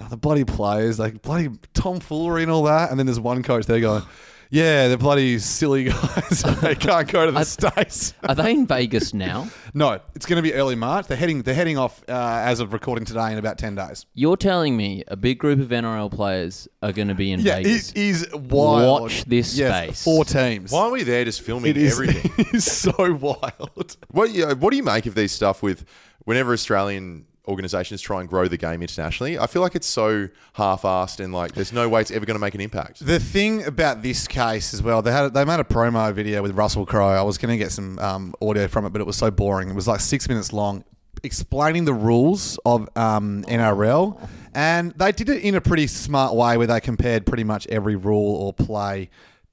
"Oh, the bloody players, like bloody tomfoolery and all that. And then there's one coach there going, yeah, the bloody silly guys. they can't go to the states. Are they in Vegas now? No, it's going to be early March. They're heading. They're heading off uh, as of recording today in about ten days. You're telling me a big group of NRL players are going to be in Yeah, Vegas. it is wild. Watch this Yes, space. Four teams. Why are we there just filming It is- everything? It's so wild. What you, what do you make of these stuff with whenever Australian organisations try and grow the game internationally? I feel like it's so half-assed and like there's no way it's ever going to make an impact. The thing about this case as well, they had they made a promo video with Russell Crowe. I was going to get some um, audio from it, but it was so boring. It was like six minutes long, explaining the rules of um, NRL, and they did it in a pretty smart way where they compared pretty much every rule or play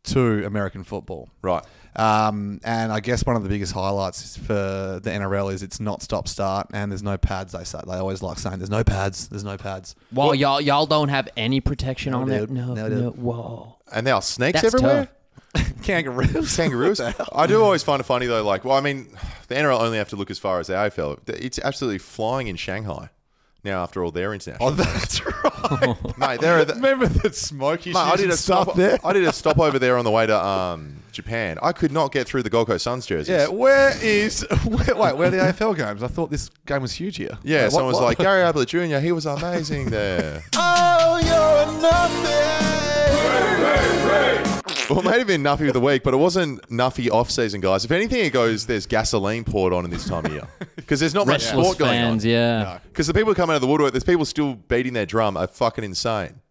to American football. Right. Um, and I guess one of the biggest highlights is for the NRL is it's not stop start and there's no pads. They say they always like saying there's no pads, there's no pads. While y'all y'all don't have any protection No, on it. dude. No, No, no, dude. Whoa. And there are snakes That's everywhere. Kangaroos. Kangaroos. I do always find it funny though. Like, well, I mean, the NRL only have to look as far as the AFL. It's absolutely flying in Shanghai now. After all, they're international. Oh, that's right. Mate, there are the- Remember the smoky Mate, I issues did Oh, and a stuff stop there? I did a stopover there on the way to um, Japan. I could not get through the Gold Coast Suns jerseys. Yeah, where is... Where, wait, where are the AFL games? I thought this game was huge here. Yeah, Wait, what- someone's what? like Gary Ablett Jr. He was amazing there. Oh, you're nothing. well, it may have been Nuffy of the week, but it wasn't Nuffy off season, guys. If anything, it goes there's gasoline poured on in this time of year because there's not much Restless sport going fans, on. yeah. Because the people coming out of the woodwork, there's people still beating their drum are fucking insane.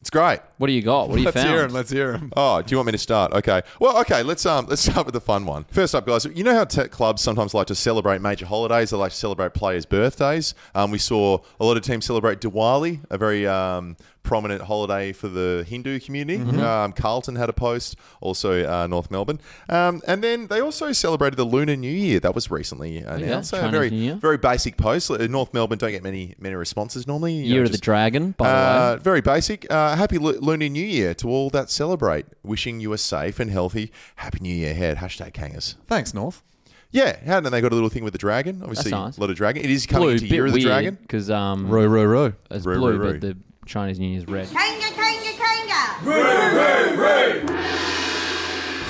It's great. What do you got? What do you Let's found? hear 'em, Let's hear him. Oh, do you want me to start? Okay. Well, okay. Let's um let's start with the fun one. First up, guys. You know how tech clubs sometimes like to celebrate major holidays. They like to celebrate players' birthdays. Um, we saw a lot of teams celebrate Diwali, a very um, prominent holiday for the Hindu community. Mm-hmm. Um, Carlton had a post, also uh, North Melbourne, um, and then they also celebrated the Lunar New Year. That was recently announced. so a Chinese very New Year. very basic post. Uh, North Melbourne don't get many many responses normally. You know, Year of the just- Dragon, by the way. uh, very basic. Uh, happy Lu- Lunar New Year to all that celebrate. Wishing you a safe and healthy Happy New Year ahead. Hashtag hangers. Thanks, North. Yeah, and then they got a little thing with the dragon. Obviously, nice. a lot of dragon. It is coming blue, into Year of the Dragon. because um, Row, row, row. It's Row, blue, row, row. but the Chinese New Year's red. Kanga, kanga, kanga.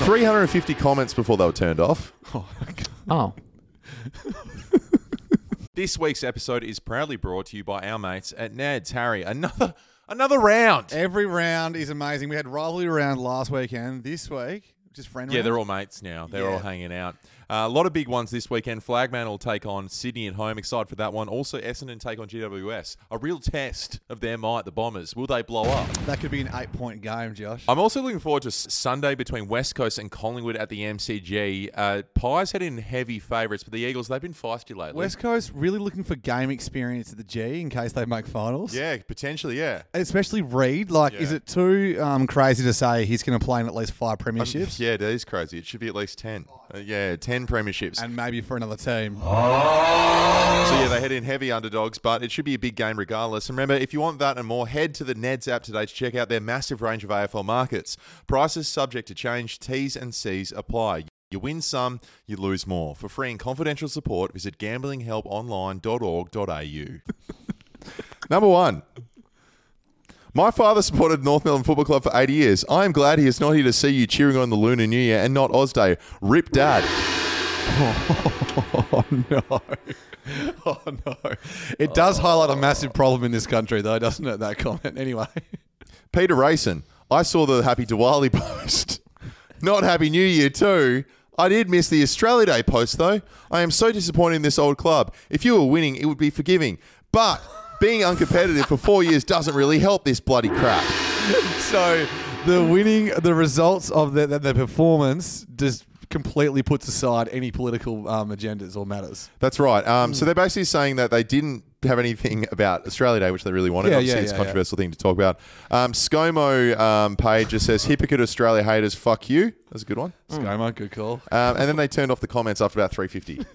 350 comments before they were turned off. Oh, This week's episode is proudly brought to you by our mates at Nads. Harry, another another round. Every round is amazing. We had rivalry round last weekend. This week, just friend Yeah, round. they're all mates now. They're all Yeah. hanging out. Uh, a lot of big ones this weekend. Flagman will take on Sydney at home. Excited for that one. Also, Essendon take on GWS. A real test of their might, the Bombers. Will they blow up? That could be an eight point game, Josh. I'm also looking forward to S- Sunday between West Coast and Collingwood at the MCG. Uh, Pies had in heavy favourites, but the Eagles, they've been feisty lately. West Coast really looking for game experience at the G in case they make finals. Yeah, potentially, yeah. Especially Reed. Like, is it too um, crazy to say he's going to play in at least five premierships? Yeah, that is crazy. It should be at least 10. Uh, yeah, 10 premierships. and maybe for another team. So yeah, they head in heavy underdogs, Oh, but it should be a big game regardless. And remember, if you want that and more, head to the Neds app today to check out their massive range of AFL markets. Prices subject to change. T's and C's apply. You win some, you lose more. For free and confidential support, visit gamblinghelponline.org.au. Number one. My father supported North Melbourne Football Club for 80 years. I am glad he is not here to see you cheering on the Lunar New Year and not Oz Day. Rip Dad. Oh no! Oh no! It does highlight a massive problem in this country, though, doesn't it? That comment. Anyway, Peter Rayson, I saw the Happy Diwali post. Not Happy New Year too. I did miss the Australia Day post though. I am so disappointed in this old club. If you were winning, it would be forgiving. But being uncompetitive for four years doesn't really help this bloody crap. so the winning, the results of the, the, the performance just completely puts aside any political um, agendas or matters. That's right. Um, So they're basically saying that they didn't have anything about Australia Day, which they really wanted. Yeah, Obviously, yeah, it's a yeah, controversial thing to talk about. Um, ScoMo um, page just says, hypocrite Australia haters, fuck you. That's a good one. ScoMo, good call. Um, and then they turned off the comments after about 350.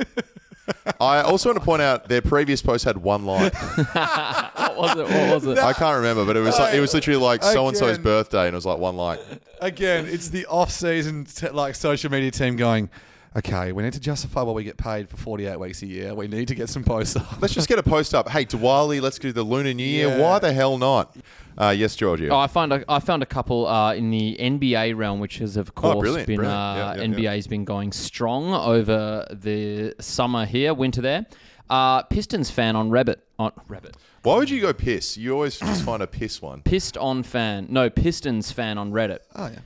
I also want to point out their previous post had one line. what was it? What was it? I can't remember, but it was like, it was literally like so and so's Again. birthday, and it was like one like. Again, it's the off-season t- like social media team going. Okay, we need to justify what we get paid for 48 weeks a year. We need to get some posts up. Let's just get a post up. Hey, Diwali, let's do the Lunar New Year. Yeah. Why the hell not? Uh, yes, Georgia. Oh, I found a, I found a couple uh, in the NBA realm, which has of course brilliant, been brilliant. Uh, Yeah, yeah, NBA has been going strong over the summer here, winter there. Uh, Pistons fan on Rabbit on Rabbit Why would you go piss? You always just find a piss one. pissed on fan no Pistons fan on Reddit. Oh yeah.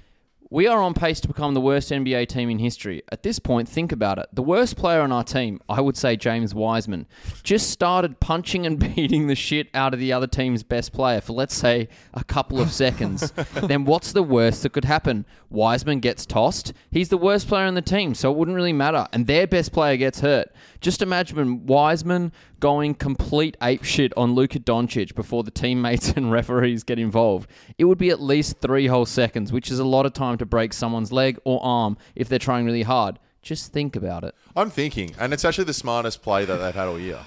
We are on pace to become the worst NBA team in history. At this point, think about it. The worst player on our team, I would say James Wiseman, just started punching and beating the shit out of the other team's best player for, let's say, a couple of seconds. then what's the worst that could happen? Wiseman gets tossed. He's the worst player on the team, so it wouldn't really matter. And their best player gets hurt. Just imagine Wiseman going complete apeshit on Luka Doncic before the teammates and referees get involved. It would be at least three whole seconds, which is a lot of time to break someone's leg or arm if they're trying really hard. Just think about it. I'm thinking, and it's actually the smartest play that they've had all year.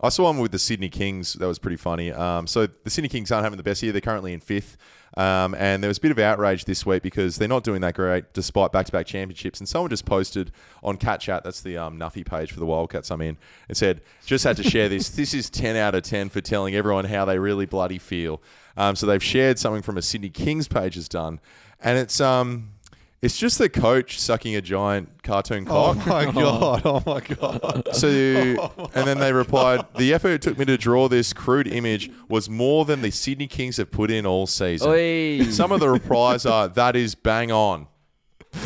I saw one with the Sydney Kings that was pretty funny. Um, so the Sydney Kings aren't having the best year; they're currently in fifth. Um, and there was a bit of outrage this week because they're not doing that great despite back-to-back championships. And someone just posted on Cat Chat, that's the um, Nuffy page for the Wildcats I'm in, and said, "Just had to share this. This is 10 out of 10 for telling everyone how they really bloody feel." Um, so they've shared something from a Sydney Kings page has done, and it's um, it's just the coach sucking a giant cartoon Oh cock. my god! Oh my god! So, and then they replied, "The effort it took me to draw this crude image was more than the Sydney Kings have put in all season. Oi. Some of the replies are that is bang on.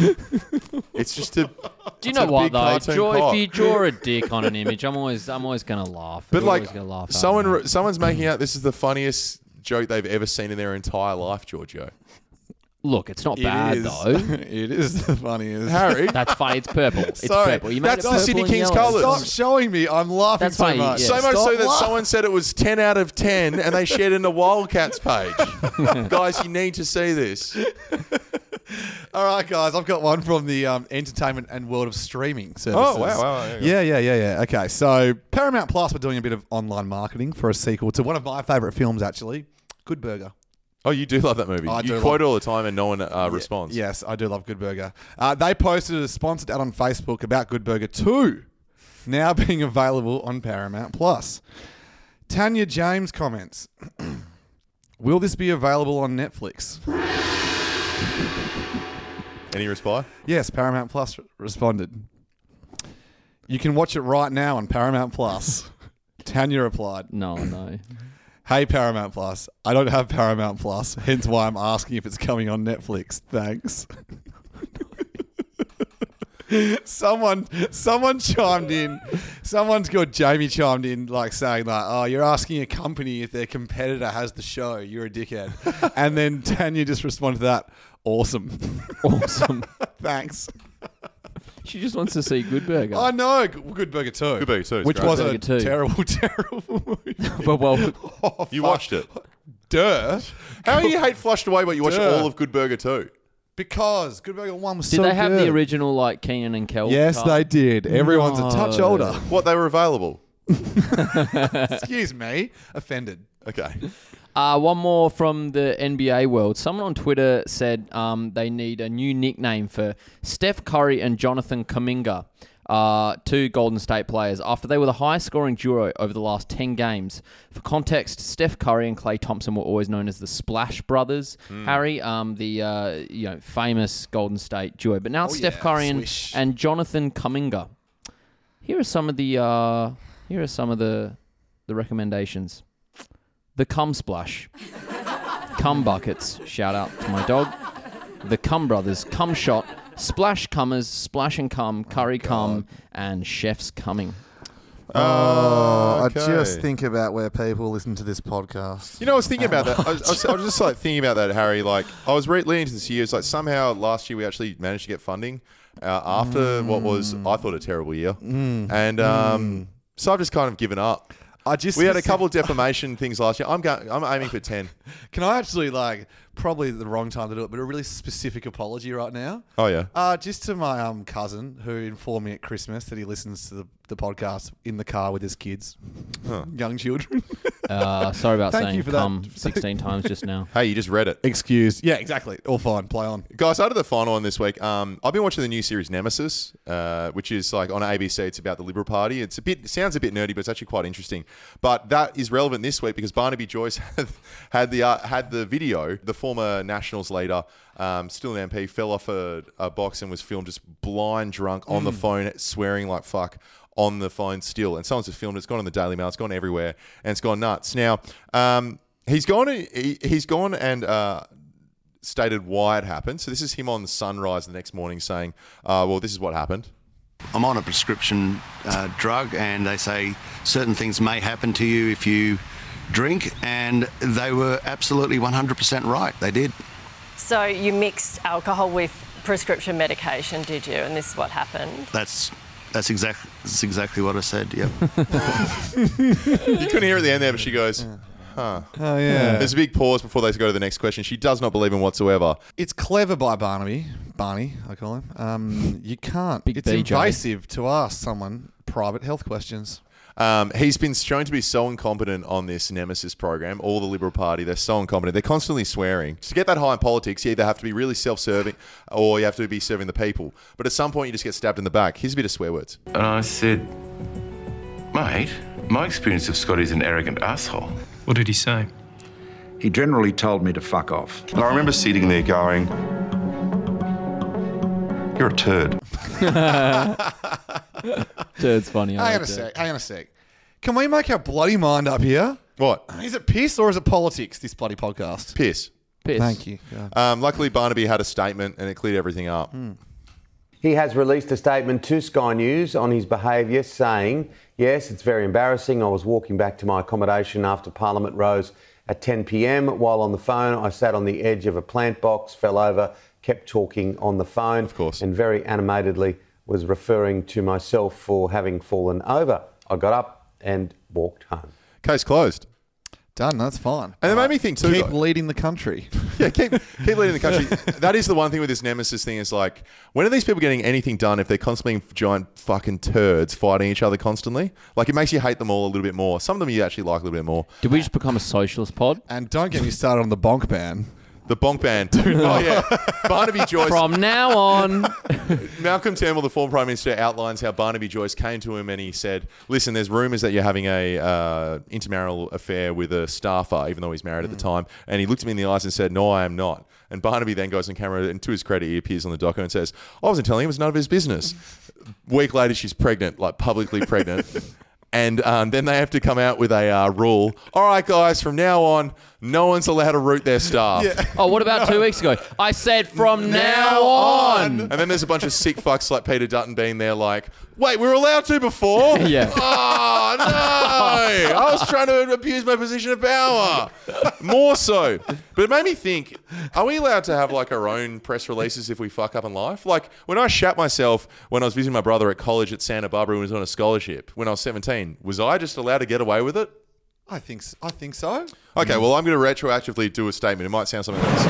it's just a. Do you it's know a what big though? cartoon Draw- cock. if you draw a dick on an image, I'm always I'm always gonna laugh. but You're like always gonna laugh at someone, it. someone's making out this is the funniest joke they've ever seen in their entire life, Giorgio. Look, it's not It bad is. though. it is the funniest. Harry. That's funny. It's purple. It's Sorry, purple. You made that's it the purple Sydney and Kings yellow. colours. Stop showing me. I'm laughing That's so funny, much. yeah. So much Stop so that laugh- someone said it was 10 out of 10 and they shared in the Wildcats page. Guys, you need to see this. All right, guys, I've got one from the um, entertainment and world of streaming services. Oh, wow, wow, wow, Yeah, yeah, yeah, yeah. Okay, so Paramount Plus, we're doing a bit of online marketing for a sequel to one of my favourite films, actually Good Burger. Oh, you do love that movie. I you do love- quote all the time and no one uh, responds. Yes, I do love Good Burger. Uh, they posted a sponsored ad on Facebook about Good Burger 2, now being available on Paramount Plus. Tanya James comments Will this be available on Netflix? Any reply? Yes, Paramount Plus re- responded. You can watch it right now on Paramount Plus. Tanya replied. No, no. Hey, Paramount Plus. I don't have Paramount Plus, hence why I'm asking if it's coming on Netflix. Thanks. someone, someone chimed in. Someone's called Jamie chimed in, like saying, "Like, oh, you're asking a company if their competitor has the show. You're a dickhead." and then Tanya just responded to that, "Awesome, awesome, thanks." She just wants to see Good Burger. I know. G- Good Burger 2. Oh, Good Burger 2 is Which great. was Good a Burger 2. terrible, terrible movie. But well, Oh, You fuck. watched it. Duh. How you hate Flushed Away, but you watch Duh. all of Good Burger 2? Because Good Burger 1 was did so they have the good. original like Keenan and Kel? Yes, cut? they did. Everyone's a touch No. older. What, they were available? Excuse me. Offended. Okay. Uh, one more from the NBA world. Someone on Twitter said um, they need a new nickname for Steph Curry and Jonathan Kaminga, uh, two Golden State players, after they were the highest scoring duo over the last 10 games. For context, Steph Curry and Clay Thompson were always known as the Splash Brothers, Hmm. Harry, um, the uh, you know famous Golden State duo. But now it's Oh, Steph yeah. Curry and, Swish. and Jonathan Kaminga. Here are some of the uh, here are some of the the recommendations. The cum splash, cum buckets. Shout out to my dog. The cum brothers, cum shot, splash cummers, splash and cum, curry cum, and chefs coming. Uh, Oh, okay. I just think about where people listen to this podcast. You know, I was thinking about that. I was, I was, I was just like thinking about that, Harry. Like, I was re- leading into this year. It's like somehow last year we actually managed to get funding uh, after what was I thought a terrible year, Mm. and um, so I've just kind of given up. I just we had a couple of defamation things last year. I'm going. I'm aiming for ten. Can I actually like probably the wrong time to do it, but a really specific apology right now? Oh yeah. Uh, just to my um, cousin who informed me at Christmas that he listens to the, the podcast in the car with his kids, Huh. young children. Uh, sorry about Thank saying you for that. cum 16 times just now. Hey, you just read it, Excused. Yeah, exactly. All fine. Play on. guys. Out of the final one this week, um, I've been watching the new series Nemesis, uh, which is like on ABC. It's about the Liberal Party. It's a bit it sounds a bit nerdy, but it's actually quite interesting. But that is relevant this week because Barnaby Joyce had, had the uh, had the video. The former Nationals leader, um, still an MP, fell off a, a box and was filmed just blind drunk on the phone, swearing like fuck on the phone still. And someone's just filmed. it. It's gone on the Daily Mail. It's gone everywhere, and it's gone nuts. Now. Um, He's gone. He, he's gone and uh, stated why it happened. So this is him on the sunrise the next morning saying, uh, "Well, this is what happened." I'm on a prescription uh, drug, and they say certain things may happen to you if you drink, and they were absolutely 100% right. They did. So you mixed alcohol with prescription medication, did you? And this is what happened. That's that's exactly that's exactly what I said. Yep. You couldn't hear at the end there, but she goes, "Huh." Oh yeah. There's a big pause before they go to the next question. She does not believe him whatsoever. It's clever by Barnaby, Barney, I call him. Um, you can't. it's BJ. invasive to ask someone private health questions. Um, he's been shown to be so incompetent on this Nemesis program. All the Liberal Party, they're so incompetent. They're constantly swearing. To get that high in politics, you either have to be really self serving or you have to be serving the people. But at some point, you just get stabbed in the back. Here's a bit of swear words. And I said, Mate, my experience of Scotty's an arrogant asshole. What did he say? He generally told me to fuck off. And I remember sitting there going, You're a turd. Turd's funny. I hang on a liked it. sec. Hang on a sec. Can we make our bloody mind up here? What? Is it piss or is it politics? This bloody podcast. Piss. Piss. Thank you. Uh, God. Um, luckily, Barnaby had a statement and it cleared everything up. He has released a statement to Sky News on his behaviour, saying, Yes, it's very embarrassing. I was walking back to my accommodation after Parliament rose at 10 p.m. While on the phone, I sat on the edge of a plant box, fell over, kept talking on the phone, of course, and very animatedly was referring to myself for having fallen over. I got up and walked home. Case closed. Done. That's fine. And it made me think too. Keep like- leading the country. yeah, keep keep leading the country. that is the one thing with this nemesis thing is like, when are these people getting anything done if they're constantly giant fucking turds fighting each other constantly? Like it makes you hate them all a little bit more. Some of them you actually like a little bit more. Did we just become a socialist pod? And don't get me started on the bonk ban. The bonk ban. oh yeah, Barnaby Joyce. From now on, Malcolm Turnbull, the former prime minister, outlines how Barnaby Joyce came to him and he said, "Listen, there's rumours that you're having a uh, intermarital affair with a staffer, even though he's married at the time." And he looked at me in the eyes and said, "No, I am not." And Barnaby then goes on camera and, to his credit, he appears on the doco and says, "I wasn't telling him; it was none of his business." Week later, she's pregnant, like publicly pregnant. And um, then they have to come out with a uh, rule. All right, guys, from now on, no one's allowed to root their staff. Oh, what about two weeks ago? I said from now, on. And then there's a bunch of sick fucks like Peter Dutton being there, like, wait, we were allowed to before? Yeah. Oh, no. I was trying to abuse my position of power. More so. But it made me think are we allowed to have like our own press releases if we fuck up in life? Like, when I shat myself when I was visiting my brother at college at Santa Barbara when he was on a scholarship when I was 17, was I just allowed to get away with it? I think s- I think so. Okay, well, I'm going to retroactively do a statement. It might sound something like this.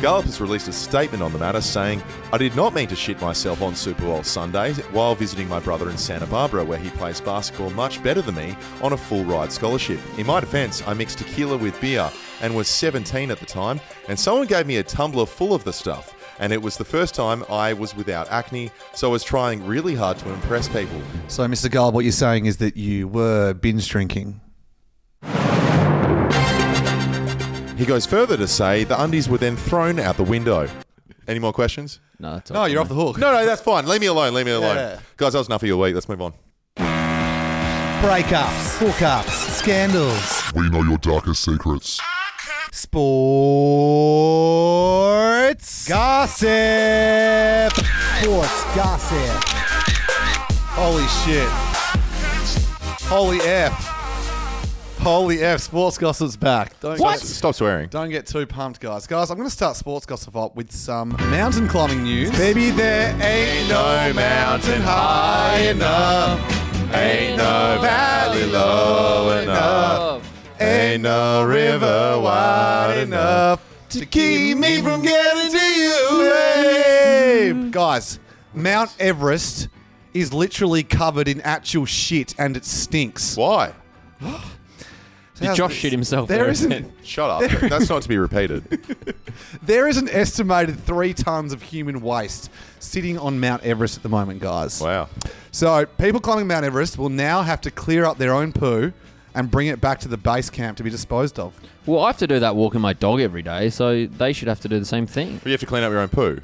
Gallup has released a statement on the matter saying, I did not mean to shit myself on Super Bowl Sunday while visiting my brother in Santa Barbara, where he plays basketball much better than me on a full ride scholarship. In my defense, I mixed tequila with beer and was 17 at the time, and someone gave me a tumbler full of the stuff. And it was the first time I was without acne, so I was trying really hard to impress people. So, Mr. Gull, what you're saying is that you were binge drinking. He goes further to say the undies were then thrown out the window. Any more questions? No, that's no, you're off the hook. No, no, that's fine. Leave me alone. Leave me alone, Yeah. guys. That was enough of your week. Let's move on. Breakups, hookups, scandals, We know your darkest secrets. sports, gossip, sports, gossip. Holy shit! Holy f! Holy f! Sports gossip's back. Don't What? Get, Stop swearing. Don't get too pumped, guys. Guys, I'm going to start sports gossip up with some mountain climbing news. Baby, there ain't no mountain high enough. Ain't no valley low enough. Ain't no river wide enough to keep me from getting to you. Babe. Guys, Mount Everest is literally covered in actual shit and it stinks. Why? Did Josh shit himself? There there isn't- isn't. Shut up. That's not to be repeated. There is an estimated three tons of human waste sitting on Mount Everest at the moment, guys. Wow. So people climbing Mount Everest will now have to clear up their own poo and bring it back to the base camp to be disposed of. Well, I have to do that walking my dog every day, so they should have to do the same thing. You have to clean up your own poo.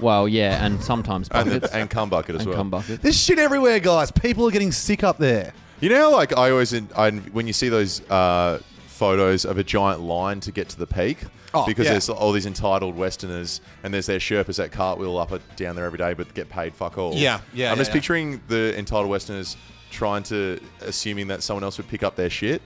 Well, yeah, and sometimes And, buckets. and cum bucket as And well. cum bucket. There's shit everywhere, guys. People are getting sick up there. You know, how, like I always, I, when you see those uh, photos of a giant line to get to the peak, Oh, because yeah. there's all these entitled Westerners and there's their Sherpas that cartwheel up and down there every day but get paid fuck all. Yeah, yeah, I'm yeah, just yeah. picturing the entitled Westerners trying to, assuming that someone else would pick up their shit.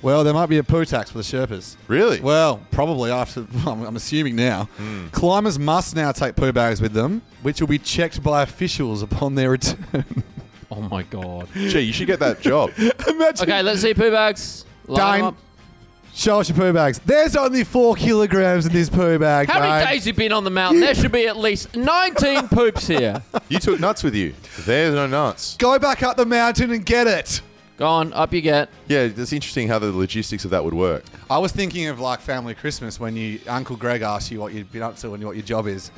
Well, there might be a poo tax for the Sherpas. Really? Well, probably after. I'm, I'm assuming now. Climbers must now take poo bags with them, which will be checked by officials upon their return. oh my god. Gee, you should get that job. Imagine. Okay, let's see poo bags. Line 'em Dane, up. show us your poo bags. There's only four kilograms in this poo bag. How many mate. days you been on the mountain? There should be at least 19 poops here. you took nuts with you. There's no nuts. Go back up the mountain and get it. Go on, up you get. Yeah, it's interesting how the logistics of that would work. I was thinking of like family Christmas when you Uncle Greg asks you what you've been up to and what your job is.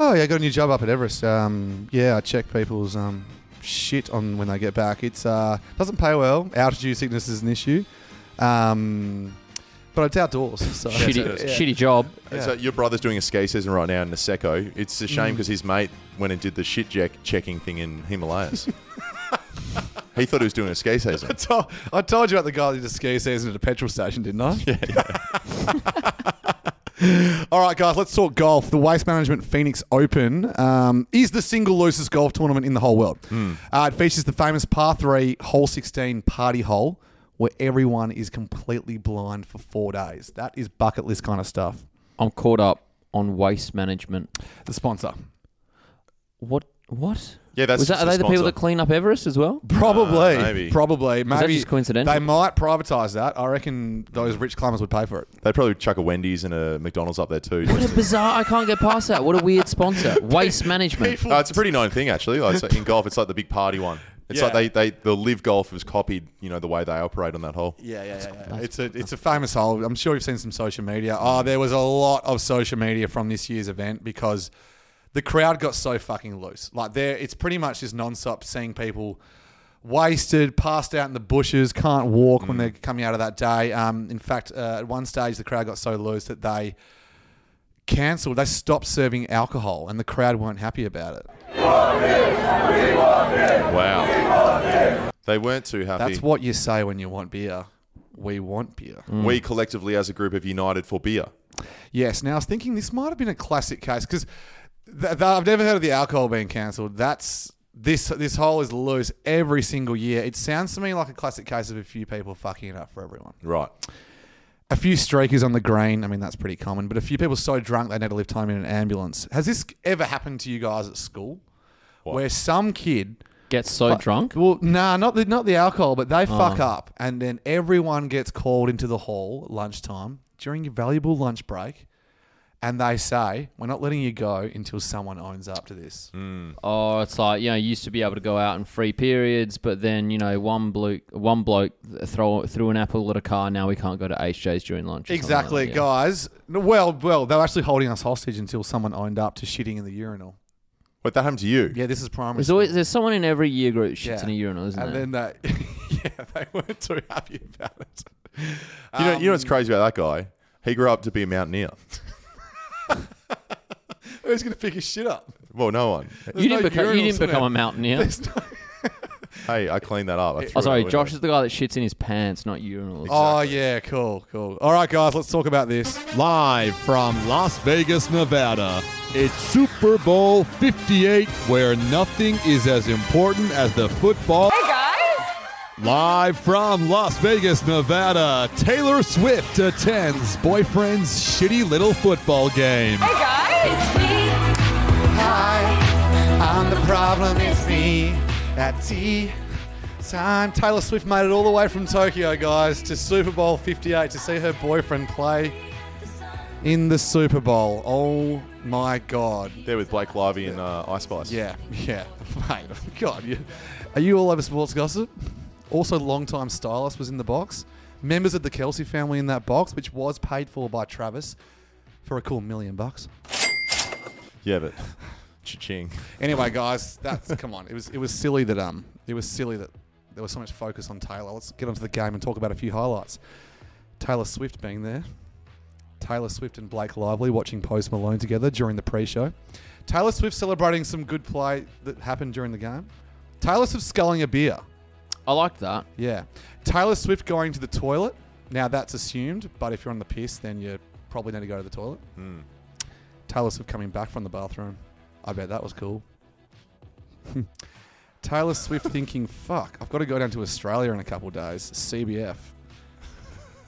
Oh yeah, I got a new job up at Everest. Um, yeah, I check people's um, shit on when they get back. It's uh, doesn't pay well. Altitude sickness is an issue, um, but it's outdoors. So Shitty, shitty job. And So your brother's doing a ski season right now in Niseko. It's a shame Mm. because his mate went and did the shit check checking thing in Himalayas. he thought he was doing a ski season. I, told, I told you about the guy that did a ski season at a petrol station, didn't I? All right, guys, let's talk golf. The Waste Management Phoenix Open um, is the single loosest golf tournament in the whole world. Uh, it features the famous par three, hole 16 party hole, where everyone is completely blind for four days. That is bucket list kind of stuff. I'm caught up on waste management. The sponsor. What? What? Yeah, that's Was that, just are the they the people sponsor. that clean up Everest as well? Probably, probably, Is that maybe just coincidental? They might privatize that. I reckon those rich climbers would pay for it. They'd probably chuck a Wendy's and a McDonald's up there too. What a bizarre! I can't get past that. What a weird sponsor. Waste management. No, it's a pretty known thing actually. Like, so in golf, it's like the big party one. It's Yeah. like they, they the live golfers copied you know the way they operate on that hole. Yeah, yeah, yeah. It's a it's a famous hole. I'm sure you've seen some social media. Oh, there was a lot of social media from this year's event because the crowd got so fucking loose. Like there, it's pretty much just nonstop seeing people wasted, passed out in the bushes, can't walk when they're coming out of that day. Um, in fact, uh, at one stage the crowd got so loose that they cancelled. They stopped serving alcohol, and the crowd weren't happy about it. Wow. They weren't too happy. That's what you say when you want beer. We want beer. We collectively as a group have united for beer. Yes. Now I was thinking this might have been a classic case because th- th- I've never heard of the alcohol being cancelled. That's this this hole is loose every single year. It sounds to me like a classic case of a few people fucking it up for everyone. Right. A few streakers on the green. I mean, that's pretty common. But a few people so drunk they need to lift home in an ambulance. Has this ever happened to you guys at school? Where some kid gets so drunk? Well, nah, not the not the alcohol, but they fuck Oh. up, and then everyone gets called into the hall at lunchtime during your valuable lunch break, and they say, "We're not letting you go until someone owns up to this." Oh, it's like you know, you used to be able to go out in free periods, but then you know, one bloke, one bloke th- throw threw an apple at a car. Now we can't go to HJ's during lunch. or something like Exactly, that, yeah. guys. Well, well, they were actually holding us hostage until someone owned up to shitting in the urinal. Wait, that happened to you? Yeah, this is primary. There's always there's someone in every year group that shits Yeah. in a urinal, isn't and there? then they, yeah, they weren't too happy about it. You know, you Um, know what's crazy about that guy? He grew up to be a mountaineer. Who's gonna pick his shit up? Well, no one. There's didn't no beca- you urinals didn't in become there. a mountaineer. There's hey, I cleaned that up. I oh, threw it sorry, away. Josh is the guy that shits in his pants, not urinals. Oh yeah, cool, cool. All right, guys, let's talk about this. Live from Las Vegas, Nevada, it's Super Bowl 58, where nothing is as important as the football. Hey, guys! Live from Las Vegas, Nevada, Taylor Swift attends boyfriend's shitty little football game. Hi, I'm the problem, it's me at tea time. Taylor Swift made it all the way from Tokyo, guys, to Super Bowl 58 to see her boyfriend play in the Super Bowl. Oh my God. There with Blake Lively and uh, Ice Spice. Yeah, yeah, mate. oh God, you, are you all over sports gossip? Also, longtime stylist was in the box. Members of the Kelsey family in that box, which was paid for by Travis for a cool million bucks. Yeah, but cha-ching. Anyway, guys, that's come on. It was it was silly that um it was silly that there was so much focus on Taylor. Let's get onto the game and talk about a few highlights. Taylor Swift being there. Taylor Swift and Blake Lively watching Post Malone together during the pre-show. Taylor Swift celebrating some good play that happened during the game. Taylor Swift sculling a beer. I like that. Yeah. Taylor Swift going to the toilet. Now that's assumed, but if you're on the piss, then you probably need to go to the toilet. Hmm. Taylor Swift coming back from the bathroom. I bet that was cool. Taylor Swift thinking, fuck, I've got to go down to Australia in a couple days. CBF.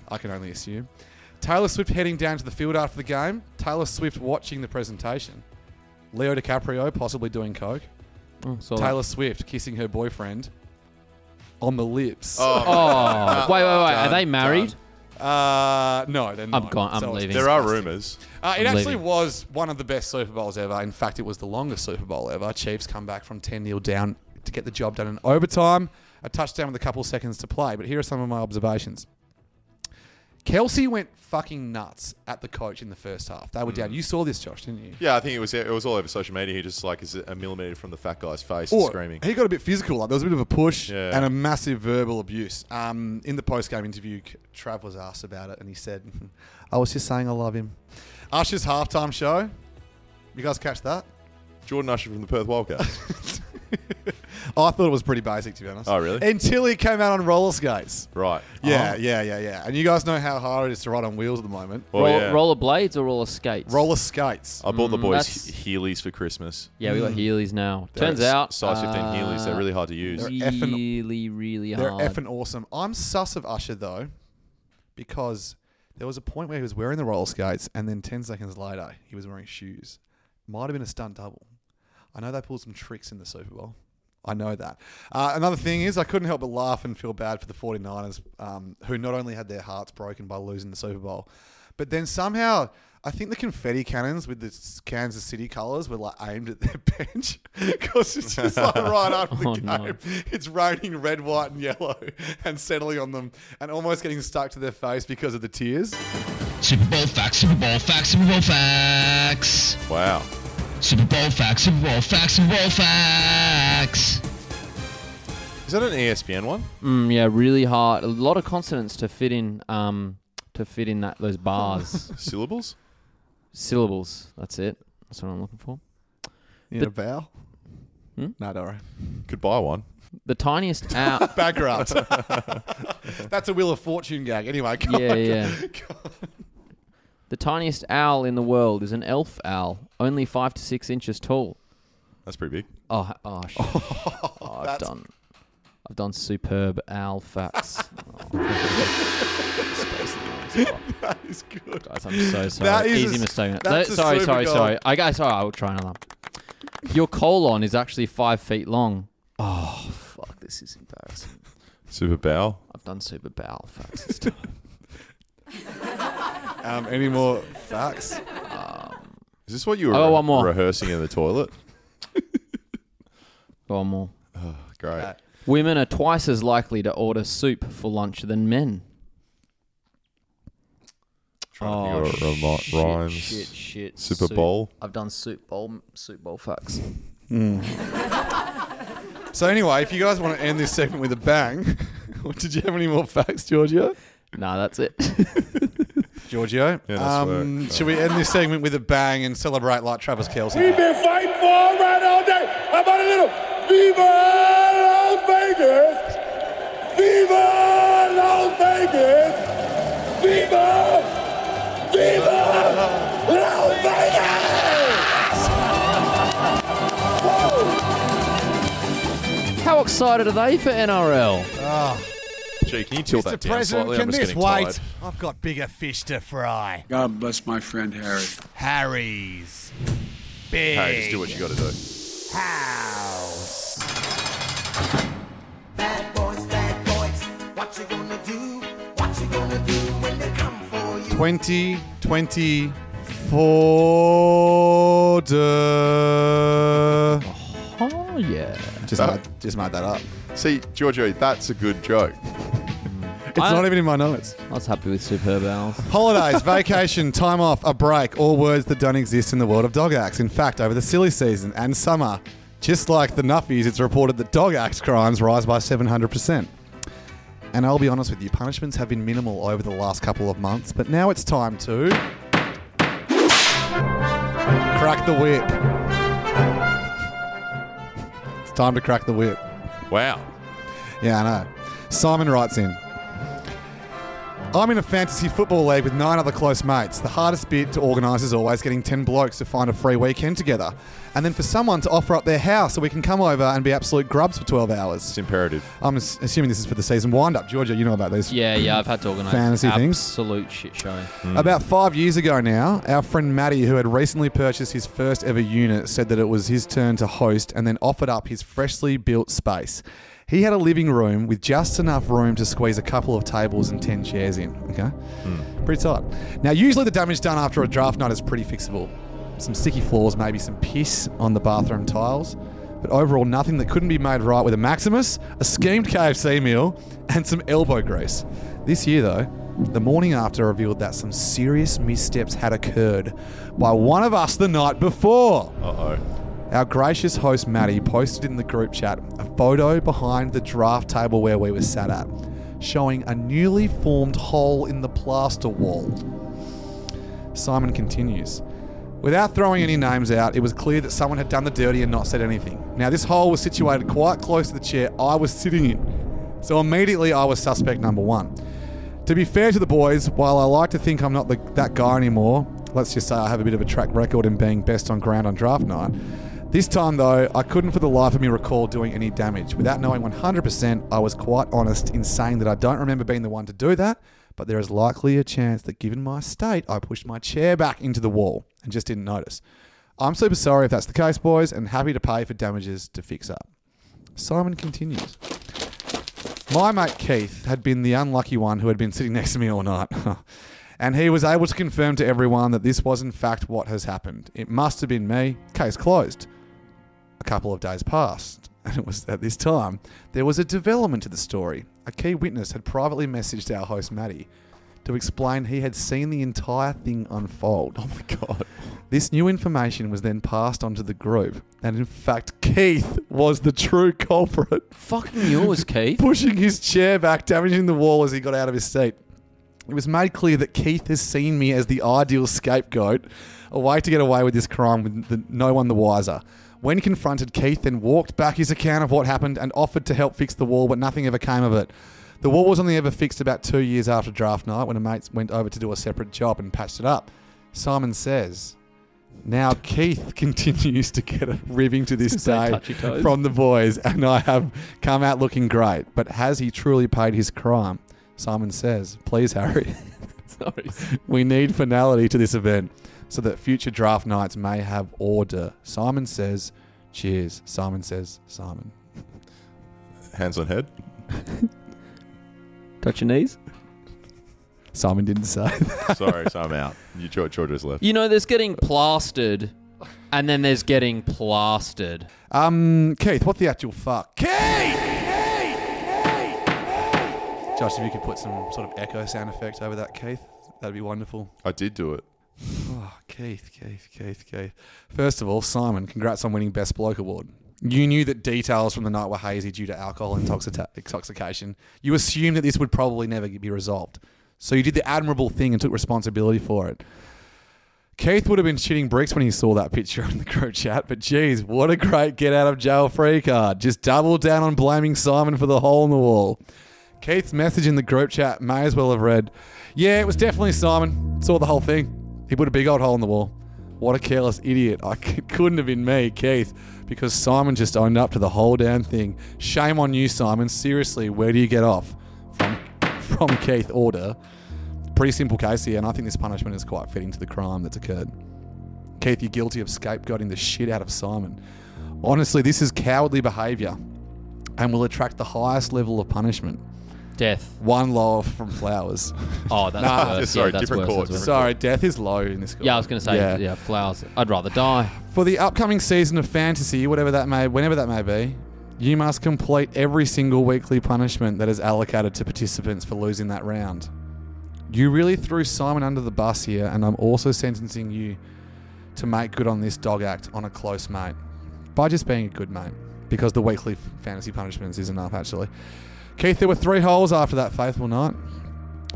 I can only assume. Taylor Swift heading down to the field after the game. Taylor Swift watching the presentation. Leo DiCaprio possibly doing coke. Oh, saw that. Taylor Swift kissing her boyfriend on the lips. Oh, Oh, wait, wait, wait. Are they married? Uh, no, they're not. gone- I'm So it's leaving. There are disgusting. rumours. Uh, it I'm actually leaving. was one of the best Super Bowls ever. In fact, it was the longest Super Bowl ever. Chiefs come back from 10 0 down to get the job done in overtime. A touchdown with a couple seconds to play. But here are some of my observations. Kelsey went fucking nuts at the coach in the first half. They were down. You saw this, Josh, didn't you? Mm. Yeah, I think it was it was all over social media. He just like is a millimeter from the fat guy's face and Or screaming. He got a bit physical. Like there was a bit of a push Yeah. and a massive verbal abuse. Um, in the post game interview, K- Trav was asked about it, and he said, "I was just saying I love him." Usher's halftime show. You guys catch that? Jordan Usher from the Perth Wildcats. Oh, I thought it was pretty basic, to be honest. Oh, really? Until he came out on roller skates. Right. Yeah, Oh. yeah, yeah, yeah. And you guys know how hard it is to ride on wheels at the moment. Oh. Well, Roll- yeah. Roller blades or roller skates? Roller skates. I bought the Mm, boys that's- He- Heelys for Christmas. Yeah, Mm. we got Heelys now. They're Turns s- out uh, size 15 Heelys. They're really hard to use. They're really, really They're hard. effing awesome. I'm sus of Usher though, because there was a point where he was wearing the roller skates, and then ten seconds later he was wearing shoes. Might have been a stunt double. I know they pulled some tricks in the Super Bowl. I know that. Uh, another thing is, I couldn't help but laugh and feel bad for the 49ers, um, who not only had their hearts broken by losing the Super Bowl, but then somehow, I think the confetti cannons with the s- Kansas City colors were like aimed at their bench because it's just like right after the Oh, game, no. it's raining red, white, and yellow and settling on them and almost getting stuck to their face because of the tears. Super Bowl facts, Super Bowl facts, Super Bowl facts. Wow. Super Bowl facts, Super Bowl facts, Super Bowl facts. Is that an E ESPN one? Mm, yeah, really hard. A lot of consonants to fit in. Um, to fit in that those bars. Syllables. Syllables. That's it. That's what I'm looking for. You The- know, bow. Hmm? No, don't worry. Could buy one. The tiniest owl. Bankrupt. That's a Wheel of Fortune gag. Anyway, go yeah, on, go- yeah. The tiniest owl in the world is an elf owl, only five to six inches tall. That's pretty big. Oh, ha- oh, sh- oh, I've done, I've done superb owl facts. that is good. Guys, I'm so sorry. That is Easy a- mistake. that's No, a sorry, super sorry, goal. sorry. I guess sorry, I will try another. Your colon is actually five feet long. Oh fuck, this is embarrassing. Super bow. I've done super bowel facts this time. Um, any more facts? Is this what you were Oh, one more. rehearsing in the toilet? One more. Oh, great. Women are twice as likely to order soup for lunch than men. Trying to think of what remi- Oh, shit, rhymes. Shit, shit. Super soup. Bowl. I've done soup bowl, soup bowl facts. So anyway, if you guys want to end this segment with a bang, did you have any more facts, Giorgio? Nah, that's it. Giorgio, that's um, work. should we end this segment with a bang and celebrate like Travis Kelce? We've been fighting for all right all day. How about a little Viva Las Vegas? Viva Las Vegas! Viva! Viva Las Vegas! How excited are they for NRL? Gee, can you tilt that down slightly? I'm just getting tired. I've got bigger fish to fry. God bless my friend Harry. Harry's Hey, big just do what you got to do. house. Bad boys, bad boys, what you gonna do? What you gonna do when they come for you? 2024. Oh yeah. Just That- made, just made that up. See, Giorgio, that's a good joke. It's not even in my notes. I was happy with superb owls. Holidays, vacation, time off, a break, all words that don't exist in the world of dog acts. In fact, over the silly season and summer, just like the Nuffies, it's reported that dog axe crimes rise by 700%. And I'll be honest with you, punishments have been minimal over the last couple of months, but now it's time to. Crack the whip. It's time to crack the whip. Wow. Yeah, I know. Simon writes in I'm in a fantasy football league with nine other close mates. The hardest bit to organise is always getting 10 blokes to find a free weekend together. And then for someone to offer up their house so we can come over and be absolute grubs for 12 hours. It's imperative. I'm s- assuming this is for the season wind up. Georgia, you know about these. Yeah, yeah. I've had to organise Fantasy things. Absolute shit show. About five years ago now, our friend Matty, who had recently purchased his first ever unit, said that it was his turn to host and then offered up his freshly built space. He had a living room with just enough room to squeeze a couple of tables and 10 chairs in. Okay? Pretty tight. Now, usually the damage done after a draft night is pretty fixable. Some sticky floors, maybe some piss on the bathroom tiles. But overall, nothing that couldn't be made right with a Maximus, a schemed KFC meal, and some elbow grease. This year, though, the morning after revealed that some serious missteps had occurred by one of us the night before. Uh oh. Our gracious host Maddie posted in the group chat a photo behind the draft table where we were sat at, showing a newly formed hole in the plaster wall. Simon continues. Without throwing any names out, it was clear that someone had done the dirty and not said anything. Now, this hole was situated quite close to the chair I was sitting in, so immediately I was suspect number one. To be fair to the boys, while I like to think I'm not the, that guy anymore, let's just say I have a bit of a track record in being best on ground on draft night. This time, though, I couldn't for the life of me recall doing any damage. Without knowing 100%, I was quite honest in saying that I don't remember being the one to do that, but there is likely a chance that given my state, I pushed my chair back into the wall and just didn't notice. I'm super sorry if that's the case, boys, and happy to pay for damages to fix up. Simon continues. My mate Keith had been the unlucky one who had been sitting next to me all night. and he was able to confirm to everyone that this was in fact what has happened. It must have been me. Case closed. A couple of days passed, and it was at this time there was a development to the story. A key witness had privately messaged our host Maddie to explain he had seen the entire thing unfold. Oh my god. This new information was then passed on to the group, and in fact, Keith was the true culprit. Fucking yours, Keith. Pushing his chair back, damaging the wall as he got out of his seat. It was made clear that Keith has seen me as the ideal scapegoat, a way to get away with this crime with the, no one the wiser. When confronted, Keith then walked back his account of what happened and offered to help fix the wall, but nothing ever came of it. The wall was only ever fixed about two years after draft night when a mate went over to do a separate job and patched it up. Simon says, Now Keith continues to get a ribbing to this Say day touchy toes. from the boys, and I have come out looking great. But has he truly paid his crime? Simon says, Please, Harry. Sorry. we need finality to this event so that future draft nights may have order. Simon says, Cheers. Simon says, Simon. Hands on head. Touch your knees. Simon didn't say. Sorry, so I'm out. You George, George has left. You know, there's getting plastered, and then there's getting plastered. Um, Keith, what the actual fuck? Josh, if you could put some sort of echo sound effect over that, Keith, that'd be wonderful. I did do it. Oh, Keith, Keith, Keith, Keith. First of all, Simon, congrats on winning Best Bloke Award. You knew that details from the night were hazy due to alcohol intoxica- intoxication. You assumed that this would probably never be resolved. So you did the admirable thing and took responsibility for it. Keith would have been shitting bricks when he saw that picture on the group chat, but geez, what a great get out of jail free card. Just double down on blaming Simon for the hole in the wall. Keith's message in the group chat may as well have read, Yeah, it was definitely Simon. Saw the whole thing. He put a big old hole in the wall. What a careless idiot. I c- couldn't have been me, Keith, because Simon just owned up to the whole damn thing. Shame on you, Simon. Seriously, where do you get off? From, from Keith Order. Pretty simple case here, and I think this punishment is quite fitting to the crime that's occurred. Keith, you're guilty of scapegoating the shit out of Simon. Honestly, this is cowardly behaviour and will attract the highest level of punishment. Death. One lower from flowers. Oh, that's worse. Sorry, Yeah, that's different worse, chords. that's worse. Sorry, death is low in this. Yeah, I was going to say, yeah. flowers. I'd rather die. For the upcoming season of fantasy, whatever that may, whenever that may be, you must complete every single weekly punishment that is allocated to participants for losing that round. You really threw Simon under the bus here, and I'm also sentencing you to make good on this dog act on a close mate by just being a good mate, because the weekly fantasy punishments is enough actually. Keith, there were three holes after that faithful night.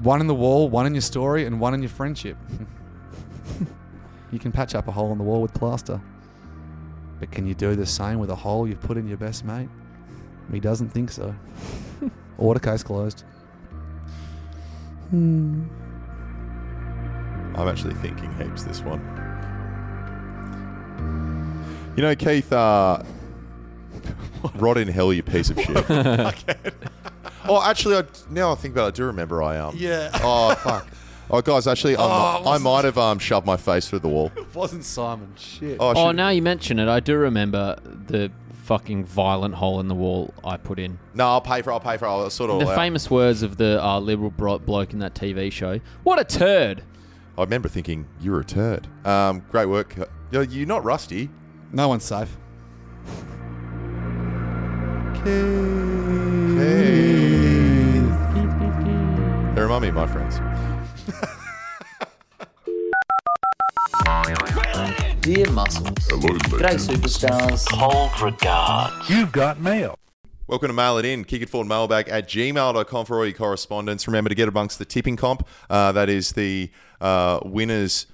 One in the wall, one in your story, and one in your friendship. you can patch up a hole in the wall with plaster. But can you do the same with a hole you've put in your best mate? He doesn't think so. Order case closed. I'm actually thinking heaps this one. You know, Keith, uh, rot in hell, you piece of shit. oh, actually, I, now I think about it, I do remember I am. Um, Yeah. Oh, fuck. Oh, guys, actually, I'm, Oh, I I wasn't- might have um, shoved my face through the wall. It wasn't Simon. Shit. Oh, I Oh, should- now you mention it, I do remember the fucking violent hole in the wall I put in. No, I'll pay for it. I'll pay for it. I'll sort of. the famous words of the uh, liberal bro- bloke in that TV show. What a turd. I remember thinking, you're a turd. Um, great work. Yo, You're not rusty. No one's safe. They remind me of my friends. Dear Muscles. G'day, superstars. Cold regard. You've got mail. Welcome to Mail It In, kick it forward mailbag at gmail.com for all your correspondence. Remember to get amongst the tipping comp. Uh, that is the uh, winner's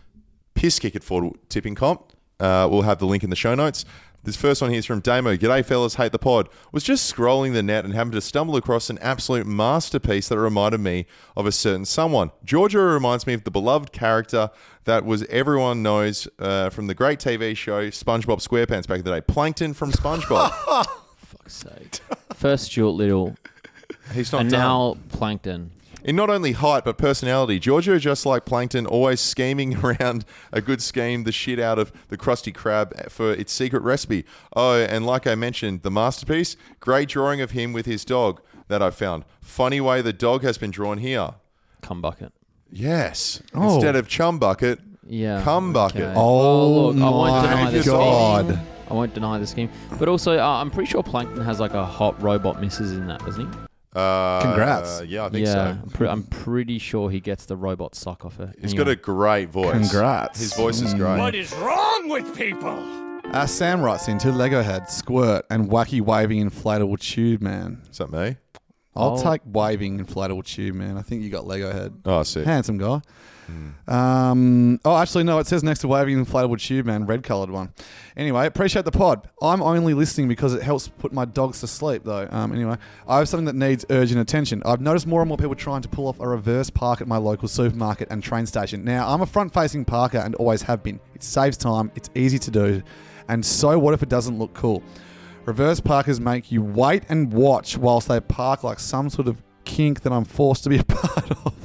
piss kick at Ford Tipping Comp. Uh, we'll have the link in the show notes. This first one here is from Damo. G'day, fellas. Hate the pod. Was just scrolling the net and happened to stumble across an absolute masterpiece that reminded me of a certain someone. Georgia reminds me of the beloved character that was everyone knows uh, from the great TV show SpongeBob SquarePants back in the day. Plankton from SpongeBob. Fuck's sake. First Stuart Little. He's not And done. now Plankton. In not only height but personality, Giorgio, just like Plankton, always scheming around a good scheme the shit out of the Krusty Krab for its secret recipe. Oh, and like I mentioned, the masterpiece, great drawing of him with his dog that I found. Funny way the dog has been drawn here. Cum bucket. Yes. Oh. Instead of chum bucket, Yeah. cum bucket. okay. Well, look, I won't deny the God. scheme. I won't deny the scheme. But also, uh, I'm pretty sure Plankton has like a hot robot missus in that, doesn't he? Uh, Congrats. yeah, I think so. I'm, pre- I'm pretty sure he gets the robot sock off her. He's got a great voice. Congrats. His voice is Mm. great. What is wrong with people? Uh, Sam writes in to Lego Head, Squirt, and Wacky Waving Inflatable Tube Man. Is that me? I'll Oh. take Waving Inflatable Tube Man. I think you got Lego Head. Oh, sick. Handsome guy. Um, oh, actually, no, it says next to Waving Inflatable Tube Man, red colored one. Anyway, appreciate the pod. I'm only listening because it helps put my dogs to sleep, though. Um, anyway, I have something that needs urgent attention. I've noticed more and more people trying to pull off a reverse park at my local supermarket and train station. Now, I'm a front facing parker and always have been. It saves time, it's easy to do, and so what if it doesn't look cool? Reverse parkers make you wait and watch whilst they park like some sort of kink that I'm forced to be a part of.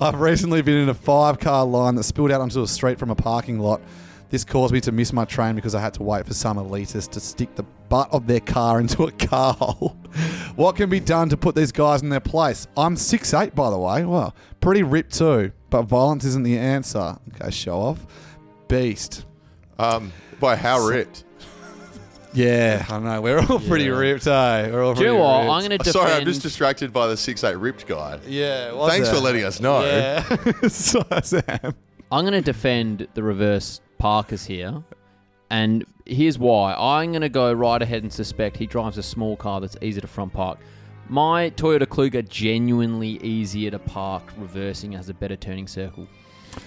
I've recently been in a five car line that spilled out onto a street from a parking lot. This caused me to miss my train because I had to wait for some elitist to stick the butt of their car into a car hole. what can be done to put these guys in their place? I'm 6'8, by the way. Wow. Pretty ripped too, but violence isn't the answer. Okay, show off. Beast. Um, by how ripped? Yeah, I know. We're all pretty Yeah. ripped, eh? We're all Do you pretty know what? ripped. I'm gonna Sorry, I'm just distracted by the six eight ripped guy. Yeah. was Thanks it? for letting us know. Yeah. so Sam. I'm going to defend the reverse Parkers here. And here's why. I'm going to go right ahead and suspect he drives a small car that's easy to front park. My Toyota Kluger genuinely easier to park reversing has a better turning circle.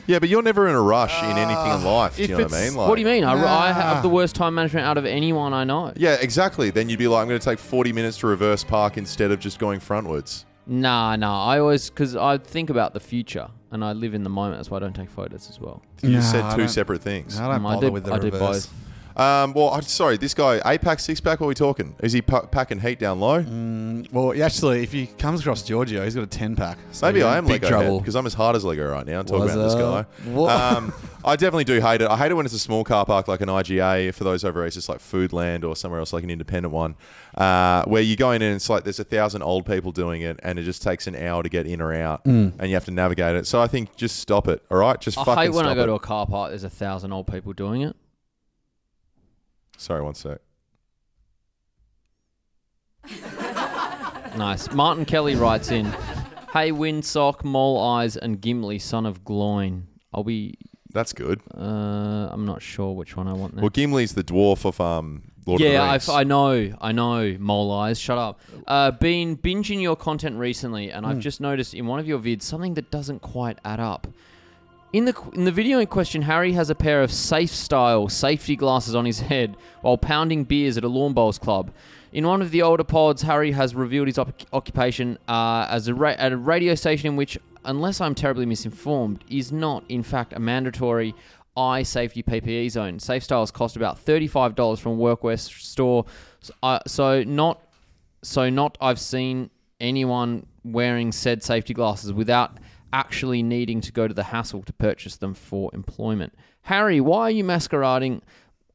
Yeah, but you're never in a rush in anything in life. Do you Ah, If know what I it's- mean? Like, what do you mean? I, I have the worst time management out of anyone I know. Yeah, exactly. Then you'd be like, I'm going to take 40 minutes to reverse park instead of just going frontwards. Nah, nah. I always because I think about the future and I live in the moment. That's why I don't take photos as well. You just said two separate things. Mm, do- I do both. Um, well, I'm sorry. This guy, eight pack, six pack. What are we talking? Is he pa- packing heat down low? well, actually, if he comes across Giorgio, he's got a ten pack. So Maybe you're I in am big Lego trouble. because I'm as hard as Lego right now. Talk What's about this guy. up? What? Um, I definitely do hate it. I hate it when it's a small car park like an IGA. For those over east, it's like Foodland or somewhere else like an independent one, uh, where you go in and it's like there's a thousand old people doing it, and it just takes an hour to get in or out, Mm. and you have to navigate it. So I think just stop it. All right, just I fucking hate when stop I go it. to a car park. There's a thousand old people doing it. Sorry, one sec. Nice. Martin Kelly writes in, "Hey, windsock, mole eyes, and Gimli, son of Gloin. Are we?" That's good. Uh, I'm not sure which one I want. Now. Well, Gimli's the dwarf of um, Lord of the yeah, Rings. I've- I know, I know, mole eyes. Shut up. Uh, been binging your content recently, and I've Hmm. just noticed in one of your vids something that doesn't quite add up. In the qu- in the video in question, Harry has a pair of safe style safety glasses on his head while pounding beers at a lawn bowls club. In one of the older pods, Harry has revealed his op- occupation uh, as a ra- at a radio station in which, unless I'm terribly misinformed, is not in fact a mandatory eye safety PPE zone. Safe styles cost about thirty-five dollars from a workwear s- store, so, uh, so not so not I've seen anyone wearing said safety glasses without actually needing to go to the hassle to purchase them for employment. Harry, why are you masquerading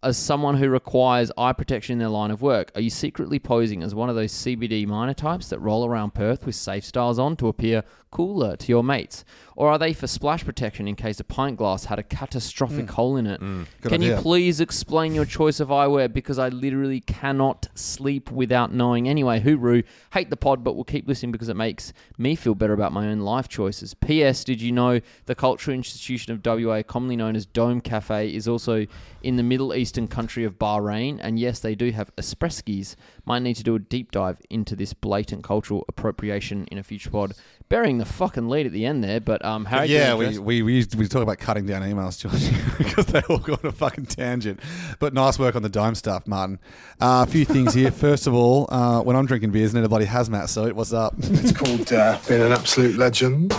as someone who requires eye protection in their line of work? Are you secretly posing as one of those CBD minor types that roll around Perth with safe styles on to appear cooler to your mates? Or are they for splash protection in case a pint glass had a catastrophic Mm. hole in it? Good Can idea. you please explain your choice of eyewear because I literally cannot sleep without knowing. Anyway, hooroo, hate the pod, but will keep listening because it makes me feel better about my own life choices. P.S. Did you know the cultural institution of WA, commonly known as Dome Cafe, is also in the Middle East eastern country of Bahrain, and yes, they do have espresskis. Might need to do a deep dive into this blatant cultural appropriation in a future pod. Burying the fucking lead at the end there, but um, Harry, do you yeah, wanna we, address- we, we, used- we talk about cutting down emails, George, because they all go on a fucking tangent. But nice work on the dome stuff, Martin. Uh, a few things here. First of all, uh, when I'm drinking beers, I need a bloody hazmat suit. What's up? It's called uh, being an absolute legend.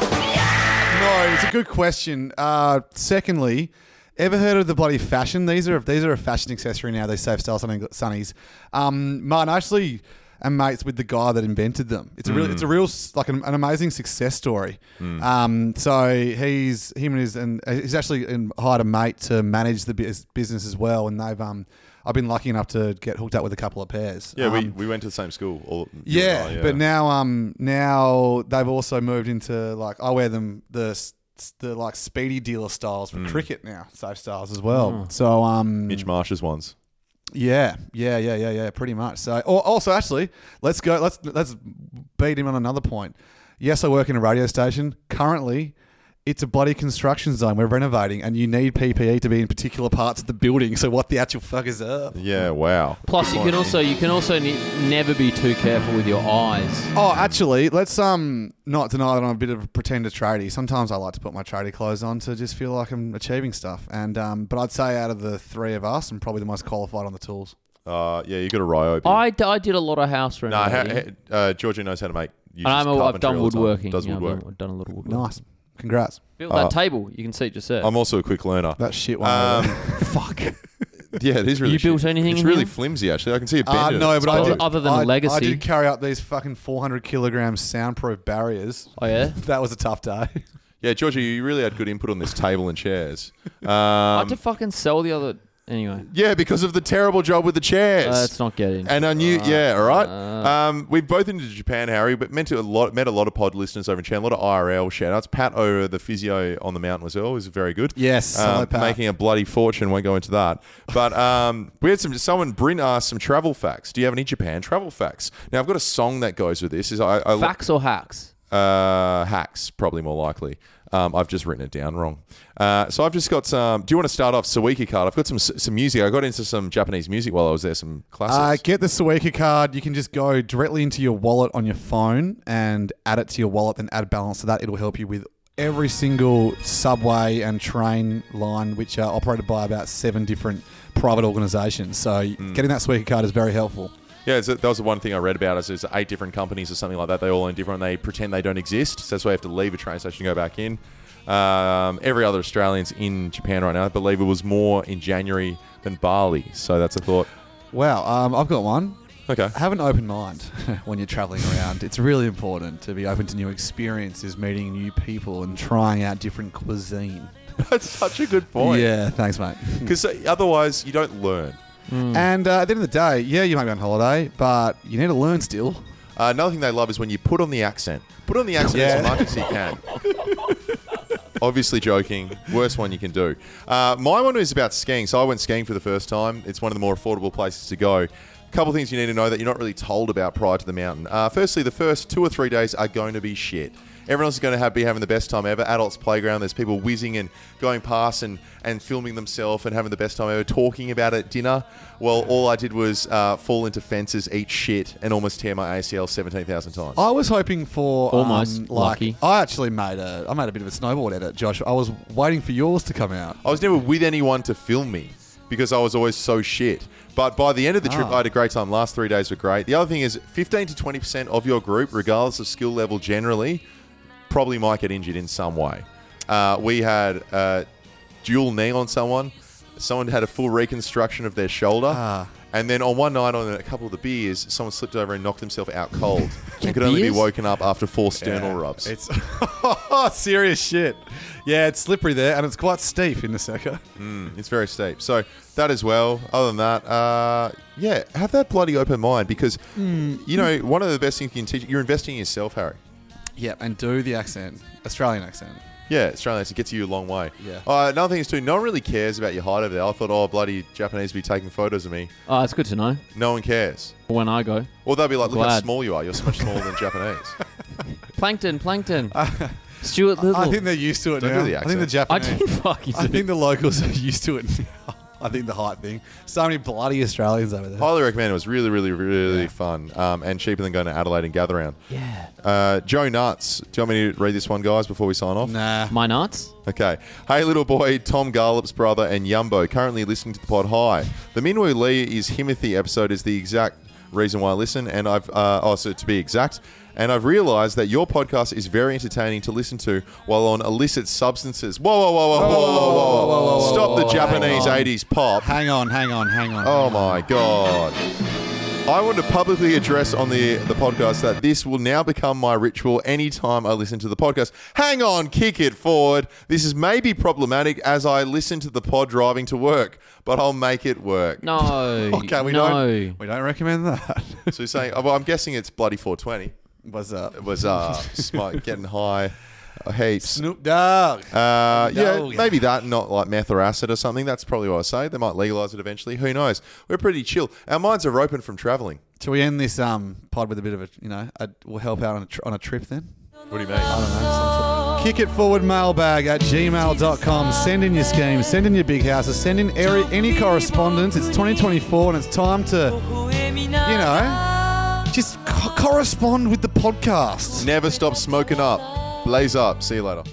No, it's a good question. Uh, secondly, ever heard of the bloody fashion? These are these are a fashion accessory now. They save style sunny- sunnies. Um, Martin I actually am mates with the guy that invented them. It's a real, Mm. it's a real s- like an, an amazing success story. Mm. Um, so he's him and his and uh, he's actually in, hired a mate to manage the bus- business as well, and they've um. I've been lucky enough to get hooked up with a couple of pairs. Yeah, we, Um, we went to the same school. All, you and yeah, I, but now um now they've also moved into like I wear them the s- the like speedy dealer styles for Mm. cricket now safe styles as well. So um Mitch Marsh's ones. Yeah, yeah, yeah, yeah, yeah, pretty much. So or, also actually, let's go let's let's beat him on another point. Yes, I work in a radio station. Currently, it's a bloody construction zone. We're renovating and you need PPE to be in particular parts of the building. So what the actual fuck is up? Yeah, wow. Plus, you can also you can also ne- never be too careful with your eyes. Oh, actually, let's um not deny that I'm a bit of a pretender tradie. Sometimes I like to put my tradie clothes on to just feel like I'm achieving stuff. And um, but I'd say out of the three of us, I'm probably the most qualified on the tools. Uh, yeah, you got a ryo. beard. I, d- I did a lot of house No, ha- renovating. ha- uh, Georgia knows how to make. uses and I'm a, I've carpentry done all the time. woodworking. Does yeah, I've woodwork. done- I've done a lot of woodworking. Nice, congrats. Built that Uh, table. You can see it just there. I'm also a quick learner. That shit one. Fuck. Yeah, it is really. You built shit. anything It's in really here? flimsy, actually. I can see it bend. Uh, in it. no, It's but I bolted. did, I, I did carry up these fucking 400 kilogram soundproof barriers. Oh yeah, that was a tough day. Yeah, Georgia, you really had good input on this table and chairs. Um, I had to fucking sell the other. Anyway, Uh, Yeah, because of the terrible job with the chairs. Let's not get into And I knew, that. yeah, all right. Uh. um, we've both been to Japan, Harry, but met to a lot, met a lot of pod listeners over in China, a lot of IRL shout outs. Pat over the physio on the mountain was always very good. Yes, Um, hello, Pat. making a bloody fortune. Won't go into that. But um, we had some. Someone Bryn asked some travel facts. Do you have any Japan travel facts? Now I've got a song that goes with this. Is I, I facts or hacks? uh, hacks, probably more likely. Um, I've just written it down wrong. Uh, so I've just got some. Do you want to start off Sawiki card? I've got some some music. I got into some Japanese music while I was there. Some Uh, classics. get the Suica card. You can just go directly into your wallet on your phone and add it to your wallet, then add balance to that. It'll help you with every single subway and train line, which are operated by about seven different private organizations. So getting that Suica card is very helpful. yeah, it's, that was the one thing I read about. Is there's eight different companies or something like that. They all own different. They pretend they don't exist. So that's why you have to leave a train station and go back in. Um, every other Australian's in Japan right now. I believe it was more in January than Bali. So that's a thought. Wow, um, I've got one. Okay. Have an open mind when you're traveling around. It's really important to be open to new experiences, meeting new people, and trying out different cuisine. That's such a good point. Yeah, thanks, mate. Because uh, otherwise you don't learn. And uh, at the end of the day, yeah, you might be on holiday, but you need to learn still. Uh, another thing they love is when you put on the accent. Put on the accent as Yeah. much as you can. Obviously joking. Worst one you can do. Uh, my one is about skiing. So I went skiing for the first time. It's one of the more affordable places to go. A couple things you need to know that you're not really told about prior to the mountain. Uh, firstly, the first two or three days are going to be shit. Everyone's going to have, be having the best time ever. Adults playground. There's people whizzing and going past and, and filming themselves and having the best time ever. Talking about it at dinner. Well, all I did was uh, fall into fences, eat shit, and almost tear my ACL 17,000 times. I was hoping for um, Almost like, lucky. I actually made a I made a bit of a snowboard edit, Josh. I was waiting for yours to come out. I was never with anyone to film me because I was always so shit. But by the end of the trip, Ah. I had a great time. Last three days were great. The other thing is, 15 to 20% of your group, regardless of skill level generally, probably might get injured in some way. Uh, we had a dual knee on someone, someone had a full reconstruction of their shoulder. Ah. And then on one night, on a couple of the beers, someone slipped over and knocked himself out cold. and could only be beers? woken up after four sternal rubs. It's serious shit. Yeah, it's slippery there, and it's quite steep in the sector. Mm, it's very steep. So that as well. Other than that, uh, yeah, have that bloody open mind because Hmm. you know one of the best things you can teach. You're investing in yourself, Harry. Yep, and do the accent, Australian accent. Yeah, Australian accent gets you a long way. Yeah. Uh, another thing is too, no one really cares about your height over there. I thought, oh bloody Japanese be taking photos of me. Oh, it's good to know. No one cares. When I go, Or they'll be like, I'm look how glad. small you are. You're so much smaller than Japanese. plankton, plankton. Stuart Little. I think they're used to it Don't do now. the I think the accent. Japanese. I did fucking I think the locals are used to it now. I think the height thing. So many bloody Australians over there. Highly recommend. It was really, really, really fun um, and cheaper than going to Adelaide and Gather Round. Yeah. Uh, Joe Nuts. Do you want me to read this one, guys, before we sign off? Nah. My Nuts? Okay. Hey, little boy, Tom Garlop's brother and Yumbo, currently listening to the pod. Hi. The Minwoo Lee is Himothy episode is the exact reason why I listen, and I've, uh, oh, so to be exact, and I've realised that your podcast is very entertaining to listen to while on illicit substances. Whoa, whoa, whoa, whoa, whoa, whoa, whoa, whoa, whoa, whoa. Stop the Japanese 80s pop. Hang on, hang on, hang on. Oh my god. I want to publicly address on the the podcast that this will now become my ritual anytime I listen to the podcast. Hang on, kick it forward. This is maybe problematic as I listen to the pod driving to work, but I'll make it work. No. okay, we no. don't we don't recommend that. so you're saying well, I'm guessing it's bloody 420. What's up? It was uh smoke getting high. uh, Heaps. Snoop Dogg. Uh, yeah, Dogg. maybe that, not like meth or acid or something. That's probably what I say. They might legalize it eventually. Who knows? We're pretty chill. Our minds are open from traveling. Shall we end this um pod with a bit of a you know a, we'll help out on a, tr- on a trip then? What do you mean? Kick it forward mailbag at gmail.com. Send in your schemes, send in your big houses, send in area, any correspondence. It's 2024 and it's time to, you know, just co- correspond with the podcast. Never stop smoking up. Blaze up. See you later.